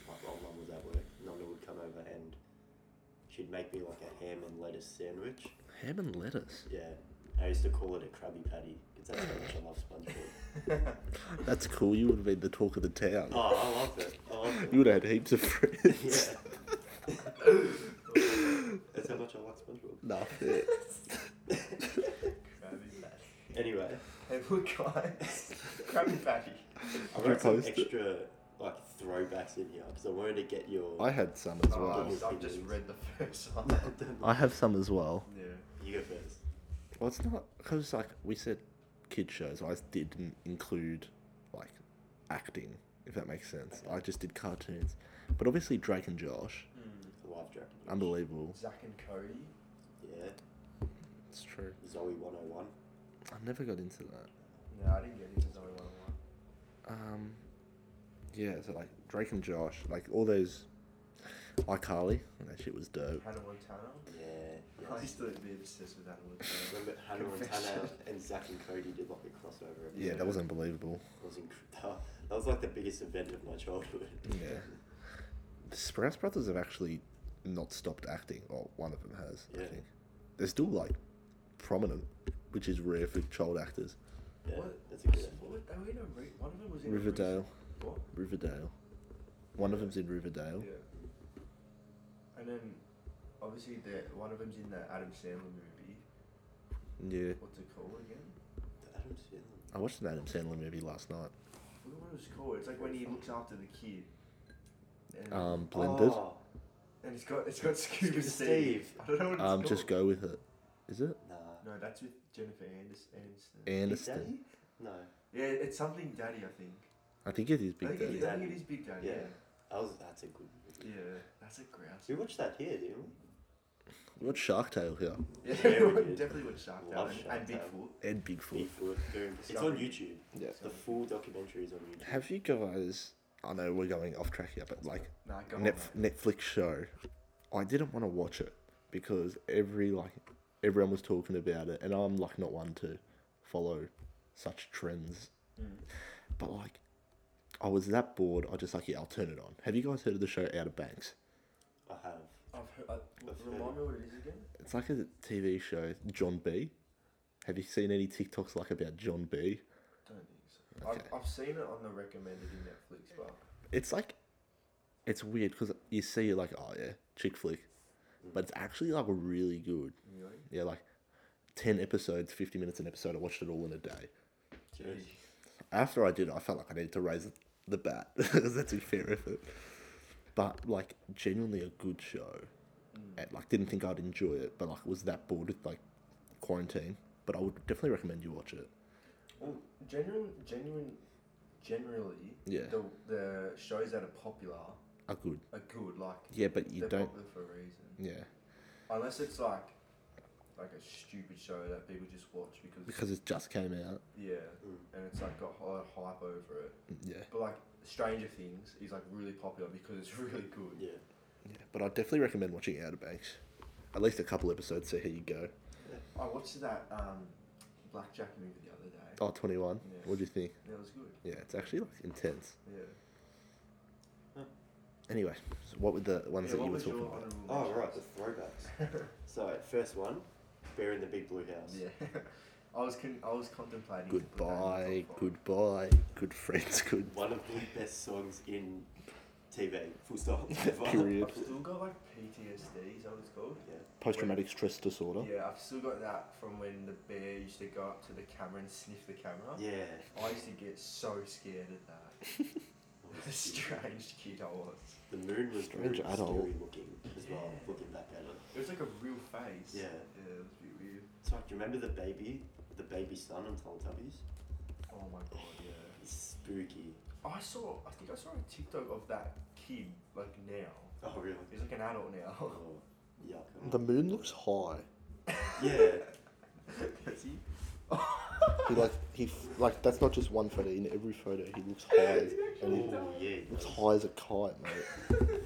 Speaker 1: My well, mum was at work. Nonna would come over and she'd make me like a ham and lettuce sandwich.
Speaker 3: Ham and lettuce.
Speaker 1: Yeah. I used to call it a Krabby Patty because that's how much I love SpongeBob.
Speaker 3: That's cool. You would have been the talk of the town.
Speaker 1: Oh, I love it. I love it.
Speaker 3: You would have had heaps of friends.
Speaker 1: Yeah. that's how much I like SpongeBob.
Speaker 3: Nah, fair.
Speaker 2: Krabby Patty.
Speaker 1: Anyway,
Speaker 2: Hey, look, guys. Krabby Patty.
Speaker 1: I wrote some
Speaker 3: post it.
Speaker 1: extra like throwbacks in here because I wanted to get your.
Speaker 3: I had some as
Speaker 2: Oh, I've
Speaker 3: well.
Speaker 2: just- I've just read the first one.
Speaker 3: I have some as well.
Speaker 2: yeah.
Speaker 1: You go first.
Speaker 3: Well, it's not because like we said, kid shows. I didn't include like acting, if that makes sense. I just did cartoons, but obviously Drake and Josh,
Speaker 1: The Live Dragon.
Speaker 3: unbelievable.
Speaker 2: Hmm. Zach and Cody.
Speaker 1: Yeah.
Speaker 3: It's true.
Speaker 1: Zoe 101.
Speaker 3: I never got into that.
Speaker 2: No, I didn't get into Zoe 101.
Speaker 3: Um, yeah. So like Drake and Josh, like all those. iCarly, that shit was dope.
Speaker 2: Hannah Montana.
Speaker 1: Yeah.
Speaker 2: I
Speaker 1: yes.
Speaker 2: used to be obsessed with Hannah Montana.
Speaker 1: Remember Hannah Montana
Speaker 2: Confession.
Speaker 1: and Zach and Cody did like a crossover. episode?
Speaker 3: Yeah, that was unbelievable.
Speaker 1: It was inc- that, that was like the biggest event of my childhood.
Speaker 3: Yeah. The Sprouse brothers have actually not stopped acting, or one of them has, I
Speaker 1: Yeah.
Speaker 3: think. They're still like prominent, which is rare for child actors.
Speaker 1: Yeah,
Speaker 2: What?
Speaker 1: that's a good
Speaker 2: What
Speaker 1: effort.
Speaker 2: were- they were in a re- one of them was in a
Speaker 3: Riverdale.
Speaker 2: re- What?
Speaker 3: Riverdale. One of them's in Riverdale.
Speaker 2: Yeah. And then, obviously, the one of them's in the Adam Sandler movie.
Speaker 3: Yeah.
Speaker 2: What's it called again?
Speaker 1: The Adam Sandler.
Speaker 3: I watched an Adam Sandler movie last night.
Speaker 2: I forgot what it was called. It's like when he looks after the kid. And,
Speaker 3: Um, Blended.
Speaker 1: Oh,
Speaker 2: and it's got it's got Scuba
Speaker 1: Scuba
Speaker 2: Steve.
Speaker 1: Steve.
Speaker 2: I don't know what it's
Speaker 3: um,
Speaker 2: called.
Speaker 3: just go with it. Is it?
Speaker 1: nah.
Speaker 2: No, that's with Jennifer Anis- Aniston.
Speaker 1: Big
Speaker 3: Aniston.
Speaker 1: Daddy? No.
Speaker 2: Yeah, it's something daddy, I think.
Speaker 3: I think it is
Speaker 2: I
Speaker 3: Big
Speaker 2: think,
Speaker 3: Daddy.
Speaker 2: it, I think it is Big Daddy.
Speaker 1: Oh, Yeah.
Speaker 2: Yeah.
Speaker 1: That was that's a good. Movie.
Speaker 2: Yeah. That's a grouse.
Speaker 1: We watched that here, didn't we?
Speaker 3: We watched Shark Tale here.
Speaker 2: Yeah,
Speaker 1: Yeah, we
Speaker 2: we
Speaker 1: did.
Speaker 2: definitely would Shark Tale
Speaker 1: Love
Speaker 2: and,
Speaker 1: Shark
Speaker 2: and
Speaker 1: Tale.
Speaker 2: Bigfoot.
Speaker 3: And Bigfoot.
Speaker 1: Bigfoot. very- It's on YouTube.
Speaker 3: Yeah.
Speaker 1: The full documentary is on YouTube.
Speaker 3: Have you guys? I know we're going off track here, but like
Speaker 2: Nah, go on,
Speaker 3: Netf- Netflix show, I didn't want to watch it because every like everyone was talking about it, and I'm like not one to follow such trends.
Speaker 2: Mm.
Speaker 3: But like, I was that bored. I just like yeah, I'll turn it on. Have you guys heard of the show Outer Banks?
Speaker 1: I have.
Speaker 2: I've heard, I,
Speaker 1: remind
Speaker 2: me what it is again.
Speaker 3: It's like a TV show. John B. Have you seen any TikToks like about John B?
Speaker 2: Don't think so. I've, I've seen it on the recommended in Netflix, but
Speaker 3: it's like it's weird because you see it like oh yeah chick flick but it's actually like really good
Speaker 2: really,
Speaker 3: yeah like 10 episodes 50 minutes an episode i watched it all in a day
Speaker 1: Jeez.
Speaker 3: after i did it, i felt like i needed to raise the bat because that's a fair effort but like genuinely a good show and like didn't think i'd enjoy it but like was that bored with like quarantine but i would definitely recommend you watch it
Speaker 2: well, genuine, genuine, generally,
Speaker 3: Yeah.
Speaker 2: the the shows that are popular
Speaker 3: are good
Speaker 2: are good. Like
Speaker 3: yeah but you
Speaker 2: they're
Speaker 3: don't
Speaker 2: popular for a reason,
Speaker 3: yeah
Speaker 2: unless it's like like a stupid show that people just watch because,
Speaker 3: because it just came out
Speaker 2: yeah,
Speaker 3: Mm.
Speaker 2: and it's like got a lot of hype over it.
Speaker 3: yeah
Speaker 2: But like Stranger Things is like really popular because it's really good.
Speaker 1: Yeah.
Speaker 3: Yeah, but I definitely recommend watching Outer Banks. At least a couple episodes, so here you go.
Speaker 2: I watched that um, Blackjack movie the other day.
Speaker 3: Oh, 21.
Speaker 2: Yeah.
Speaker 3: What do you think?
Speaker 2: That was good.
Speaker 3: Yeah, it's actually like intense.
Speaker 2: Yeah.
Speaker 3: Anyway, so what were the ones
Speaker 2: Yeah,
Speaker 3: that
Speaker 2: what
Speaker 3: you were
Speaker 2: was your
Speaker 3: talking about?
Speaker 2: honourable
Speaker 1: Oh right,
Speaker 2: mentions?
Speaker 1: the throwbacks. so first one, Bear in the Big Blue House.
Speaker 2: Yeah. I was con- I was contemplating. to put that in the top five.
Speaker 3: Goodbye, goodbye, good friends, good.
Speaker 1: One of the best songs in TV. Full stop. ever.
Speaker 3: Period.
Speaker 2: I've still got like PTSD. Is that what it's called?
Speaker 1: Yeah.
Speaker 3: Post traumatic stress disorder.
Speaker 2: Yeah, I've still got that from when the bear used to go up to the camera and sniff the camera.
Speaker 1: Yeah.
Speaker 2: I used to get so scared of that. what a strange kid I was.
Speaker 1: The moon was
Speaker 3: Strange
Speaker 1: very
Speaker 3: adult.
Speaker 1: scary looking as well.
Speaker 2: Yeah.
Speaker 1: Looking back at it.
Speaker 2: It was like a real face.
Speaker 1: Yeah.
Speaker 2: Yeah, it was a bit weird.
Speaker 1: It's like, do you remember the baby, the baby son on Teletubbies?
Speaker 2: Oh my god, yeah.
Speaker 1: It's spooky.
Speaker 2: I saw. I think I saw a TikTok of that kid like now.
Speaker 1: Oh really?
Speaker 2: He's like an adult now.
Speaker 1: Oh, yuck.
Speaker 3: The moon looks high.
Speaker 1: Yeah.
Speaker 2: Is he?
Speaker 3: He like he f- like that's not just one photo. In every photo, he looks high. as- and he
Speaker 1: Oh yeah. it
Speaker 3: looks
Speaker 1: does.
Speaker 3: high as a kite, mate.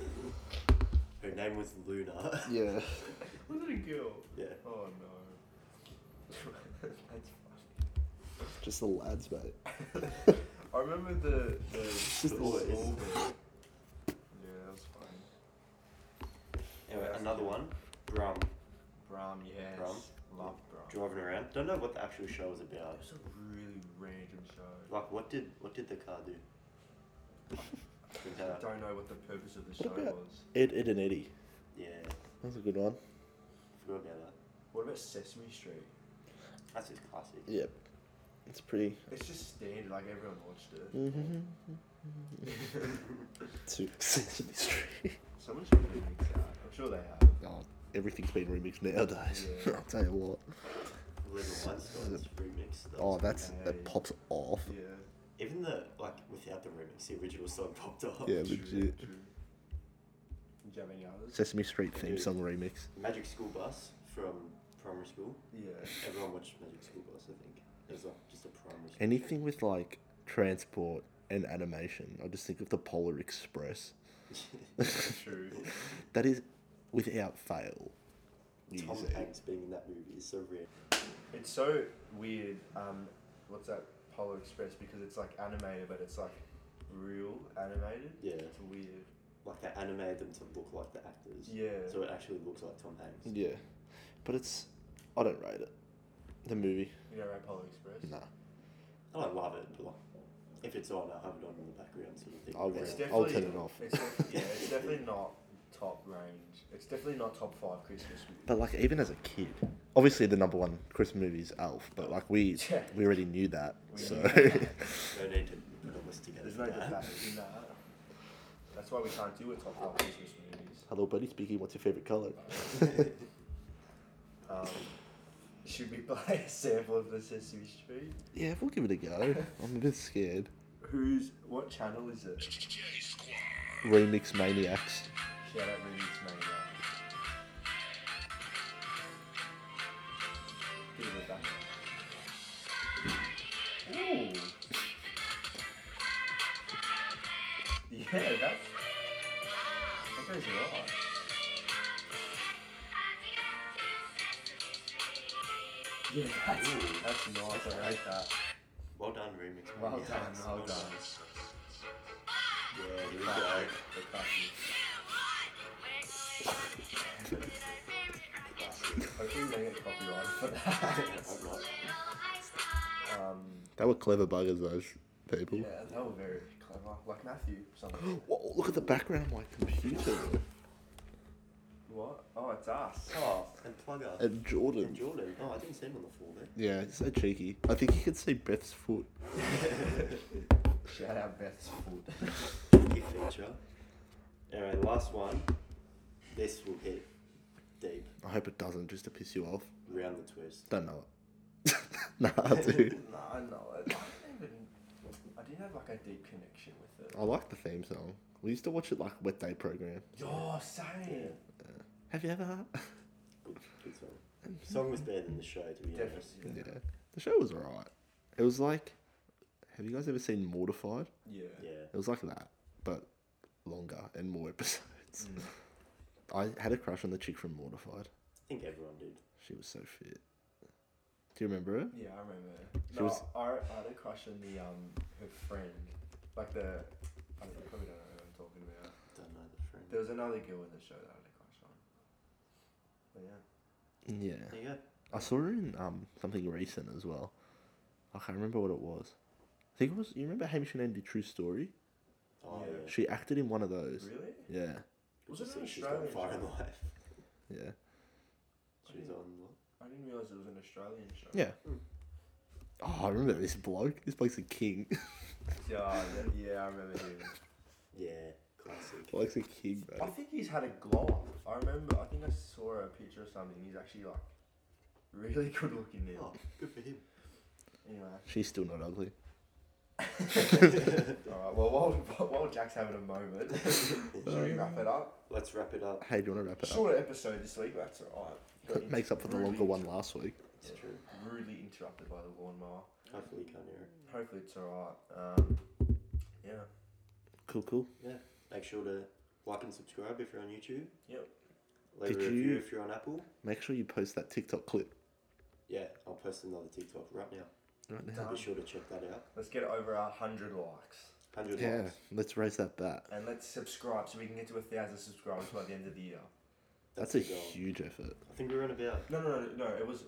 Speaker 1: Her name was Luna.
Speaker 3: Yeah.
Speaker 2: Was it a girl?
Speaker 1: yeah.
Speaker 2: Oh no. That's
Speaker 3: Just the lads, mate.
Speaker 2: funny. I remember the the, the
Speaker 1: the boys.
Speaker 2: small bit. Yeah, that was funny.
Speaker 1: Anyway,
Speaker 2: That's
Speaker 1: another
Speaker 2: good.
Speaker 1: one. Brum.
Speaker 2: Bram, yes.
Speaker 1: Brum?
Speaker 2: Love Bram.
Speaker 1: Driving around. Don't know what the actual show was
Speaker 2: That
Speaker 1: about.
Speaker 2: was a really random show.
Speaker 1: Like, what did what did the car do? Think
Speaker 2: I
Speaker 1: that-
Speaker 2: don't know what the purpose of the show
Speaker 3: about-
Speaker 2: was.
Speaker 3: Ed, Ed, and Eddie.
Speaker 1: yeah.
Speaker 3: That's a good one.
Speaker 1: Forgot about that.
Speaker 2: What about Sesame Street?
Speaker 1: That's just classic.
Speaker 3: Yep. It's pretty. mm-hmm.
Speaker 2: It's just standard, like everyone watched it.
Speaker 3: to Sesame Street.
Speaker 2: Someone should remix that. I'm sure they have.
Speaker 3: Oh, everything's been remixed nowadays.
Speaker 2: Yeah.
Speaker 3: I'll tell you what.
Speaker 1: Little Einstein's remix. that
Speaker 3: Oh,
Speaker 1: was-
Speaker 3: that's
Speaker 2: Hey.
Speaker 3: that pops off.
Speaker 2: Yeah.
Speaker 1: Even the like without the remix, the original song popped off.
Speaker 3: Yeah.
Speaker 2: True,
Speaker 3: legit.
Speaker 2: true. Do you have any others?
Speaker 3: Sesame Street theme
Speaker 1: Dude.
Speaker 3: song remix.
Speaker 1: Magic School Bus from primary school.
Speaker 2: Yeah.
Speaker 1: Everyone watched Magic School Bus, I think. It was like just a primary school.
Speaker 3: Anything with like transport and animation. I just think of the Polar Express.
Speaker 2: True.
Speaker 3: That is, without
Speaker 1: Tom
Speaker 3: fail. music.
Speaker 1: Hanks being in that movie is so rare.
Speaker 2: It's so weird. Um, what's that Polar Express? Because it's like animated, but it's like real animated.
Speaker 1: Yeah.
Speaker 2: It's weird.
Speaker 1: Like they animated them to look like the actors.
Speaker 2: Yeah.
Speaker 1: So it actually looks like Tom Hanks.
Speaker 3: Yeah, but it's. I don't rate it. The movie.
Speaker 2: You know, right? Polar Express.
Speaker 3: Nah.
Speaker 1: I don't love it, but like, if it's on, I'll have it on in the background sort of thing.
Speaker 3: I'll
Speaker 2: It's
Speaker 1: Yeah.
Speaker 3: wait.
Speaker 2: definitely.
Speaker 3: I'll turn it off.
Speaker 2: It's def- yeah, it's definitely not top range. It's definitely not top five Christmas movies.
Speaker 3: But like even as a kid, obviously the number one Christmas movie is Elf. But like we
Speaker 2: Yeah.
Speaker 3: we already knew that.
Speaker 2: We
Speaker 3: so
Speaker 2: knew
Speaker 1: No need to put all this together.
Speaker 2: There's
Speaker 1: for
Speaker 2: no
Speaker 1: that.
Speaker 2: debate in that. That's why we can't do a top five Christmas movies.
Speaker 3: hello, buddy. Speaking. What's your favorite color?
Speaker 2: Um, should we play a sample of the Sesame Street?
Speaker 3: Yeah, we'll give it a go. I'm a bit scared.
Speaker 2: Who's what channel is it?
Speaker 3: Remix Maniacs.
Speaker 2: Shout out Remix Mania. uh, Bit of a banger. Ooh. Yeah, that's that goes right. Yeah, that's,
Speaker 1: Ooh.
Speaker 2: that's nice. I like that.
Speaker 1: Well done, Remix.
Speaker 2: Well
Speaker 1: Maniacs.
Speaker 2: done, well done.
Speaker 1: Yeah, here we
Speaker 2: Wow,
Speaker 1: go.
Speaker 2: the classic. Hopefully, we don't get copyrighted for that.
Speaker 1: I'm not.
Speaker 2: um,
Speaker 3: They were clever buggers, those people.
Speaker 2: yeah, they were very clever. Like Matthew, something.
Speaker 3: Whoa, look at the background of my computer.
Speaker 2: What? Oh, it's us.
Speaker 1: Oh, and Plugger.
Speaker 3: and Jordan.
Speaker 1: And Jordan. Oh, I didn't see him on the floor there.
Speaker 3: Yeah, it's so cheeky. I think you can see Beth's foot.
Speaker 2: Shout out Beth's foot.
Speaker 1: Good feature. Anyway, last one. This will hit deep.
Speaker 3: I hope it doesn't, just to piss you off.
Speaker 1: Round the twist.
Speaker 3: Don't know it. nah, I do.
Speaker 2: no, I know. I didn't even. I didn't have like a deep connection with it.
Speaker 3: I like the theme song. We used to watch it like wet day program.
Speaker 2: You're saying.
Speaker 3: Have you ever?
Speaker 1: Good, good song. Song was better than the show, to be honest.
Speaker 2: Definitely.
Speaker 3: yeah, the show was alright. It was like, have you guys ever seen Mortified?
Speaker 2: Yeah.
Speaker 1: Yeah.
Speaker 3: It was like that, but longer and more episodes.
Speaker 2: Mm.
Speaker 3: I had a crush on the chick from Mortified.
Speaker 1: I think everyone did.
Speaker 3: She was so fit. Do you remember her?
Speaker 2: Yeah, I remember.
Speaker 3: She
Speaker 2: No,
Speaker 3: was-
Speaker 2: I, I had a crush on the um her friend, like the. I don't know, probably don't know who I'm talking about.
Speaker 1: Don't know the friend.
Speaker 2: There was another girl in the show that I had a crush on. But yeah.
Speaker 3: Yeah.
Speaker 1: There you go.
Speaker 3: I saw her in um something recent as well. I can't remember what it was. I think it was. You remember Hamish and Andy True Story?
Speaker 1: Oh,
Speaker 2: Yeah.
Speaker 1: yeah.
Speaker 3: She acted in one of those.
Speaker 2: Really?
Speaker 3: Yeah,
Speaker 2: Was
Speaker 1: Good
Speaker 2: it
Speaker 1: to
Speaker 2: an
Speaker 1: see she's gone
Speaker 2: Australian
Speaker 1: far in
Speaker 2: show? Oh,
Speaker 1: life.
Speaker 3: yeah,
Speaker 1: She was
Speaker 2: Yeah.
Speaker 1: on what?
Speaker 2: I didn't realize it was an Australian show.
Speaker 3: yeah. Oh, I remember this bloke. This bloke's a king.
Speaker 2: Yeah, I- yeah, I remember him.
Speaker 1: Yeah, classic.
Speaker 3: bloke's a king,
Speaker 2: I
Speaker 3: bro.
Speaker 2: think he's had a glow up. I remember. I think I saw a picture or something. He's actually like really good looking
Speaker 1: Oh,
Speaker 2: now.
Speaker 1: good for him.
Speaker 2: Anyway.
Speaker 3: She's still not ugly.
Speaker 2: All right. Well, while while Jack's having a moment, should we wrap it up?
Speaker 1: Let's wrap it up.
Speaker 3: Hey, do you want to wrap it up?
Speaker 2: Shorter episode this week. That's all right.
Speaker 3: That Uh, makes up for the
Speaker 2: Rudely
Speaker 3: longer one
Speaker 2: inter-
Speaker 3: last week.
Speaker 1: It's true.
Speaker 2: Rudely interrupted by the lawnmower.
Speaker 1: Hopefully you can't hear it.
Speaker 2: Hopefully it's all right. Um, yeah.
Speaker 3: Cool, cool.
Speaker 1: Yeah. Make sure to like and subscribe if you're on YouTube.
Speaker 2: Yep.
Speaker 1: Leave
Speaker 3: Did
Speaker 1: a review
Speaker 3: you-
Speaker 1: if you're on Apple.
Speaker 3: Make sure you post that TikTok clip
Speaker 1: Yeah, I'll post another TikTok right now.
Speaker 3: right now.
Speaker 2: Done.
Speaker 1: Be sure to check that out.
Speaker 2: Let's get over a hundred likes.
Speaker 1: 100
Speaker 3: Yeah,
Speaker 1: likes.
Speaker 3: let's raise that bat.
Speaker 2: And let's subscribe so we can get to a thousand subscribers by the end of the year.
Speaker 3: That's
Speaker 1: the
Speaker 3: a
Speaker 1: goal.
Speaker 3: huge effort.
Speaker 1: I think we're on about
Speaker 2: No, no, no, no. It was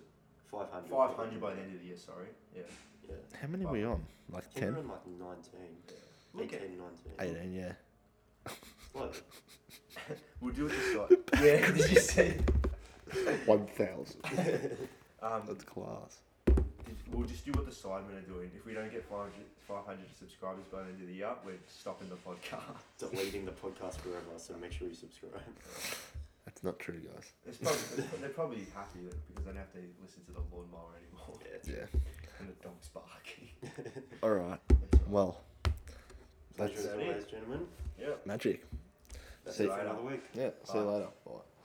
Speaker 1: 500.
Speaker 2: 500 by the end of the year. Sorry. Yeah.
Speaker 1: Yeah.
Speaker 3: How many are we on? Like
Speaker 1: I think we're
Speaker 3: 10?
Speaker 1: on like 19.
Speaker 2: Look
Speaker 1: 18,
Speaker 2: at-
Speaker 1: 19.
Speaker 3: 18, yeah.
Speaker 1: Look,
Speaker 2: We'll do it this way. yeah. Did you see?
Speaker 3: 1,000.
Speaker 2: Um,
Speaker 3: That's class.
Speaker 2: did- we'll just do what the Sidemen are doing. If we don't get 500, 500 subscribers by the end of the year, we're stopping the podcast.
Speaker 1: deleting the podcast forever, so make sure you subscribe.
Speaker 3: That's not true, guys.
Speaker 2: It's probably, they're probably happy with it because they don't have to listen to the lawnmower anymore
Speaker 1: Yeah.
Speaker 3: Yeah.
Speaker 2: and the dogs barking.
Speaker 3: All right.
Speaker 2: That's all right.
Speaker 3: Well,
Speaker 1: Pleasure
Speaker 3: that's
Speaker 1: as always, gentlemen.
Speaker 2: yeah.
Speaker 3: magic.
Speaker 1: That's
Speaker 3: See
Speaker 1: it
Speaker 2: you
Speaker 1: for
Speaker 2: later.
Speaker 1: another week.
Speaker 3: Yeah. See you
Speaker 2: Bye.
Speaker 3: later. Bye.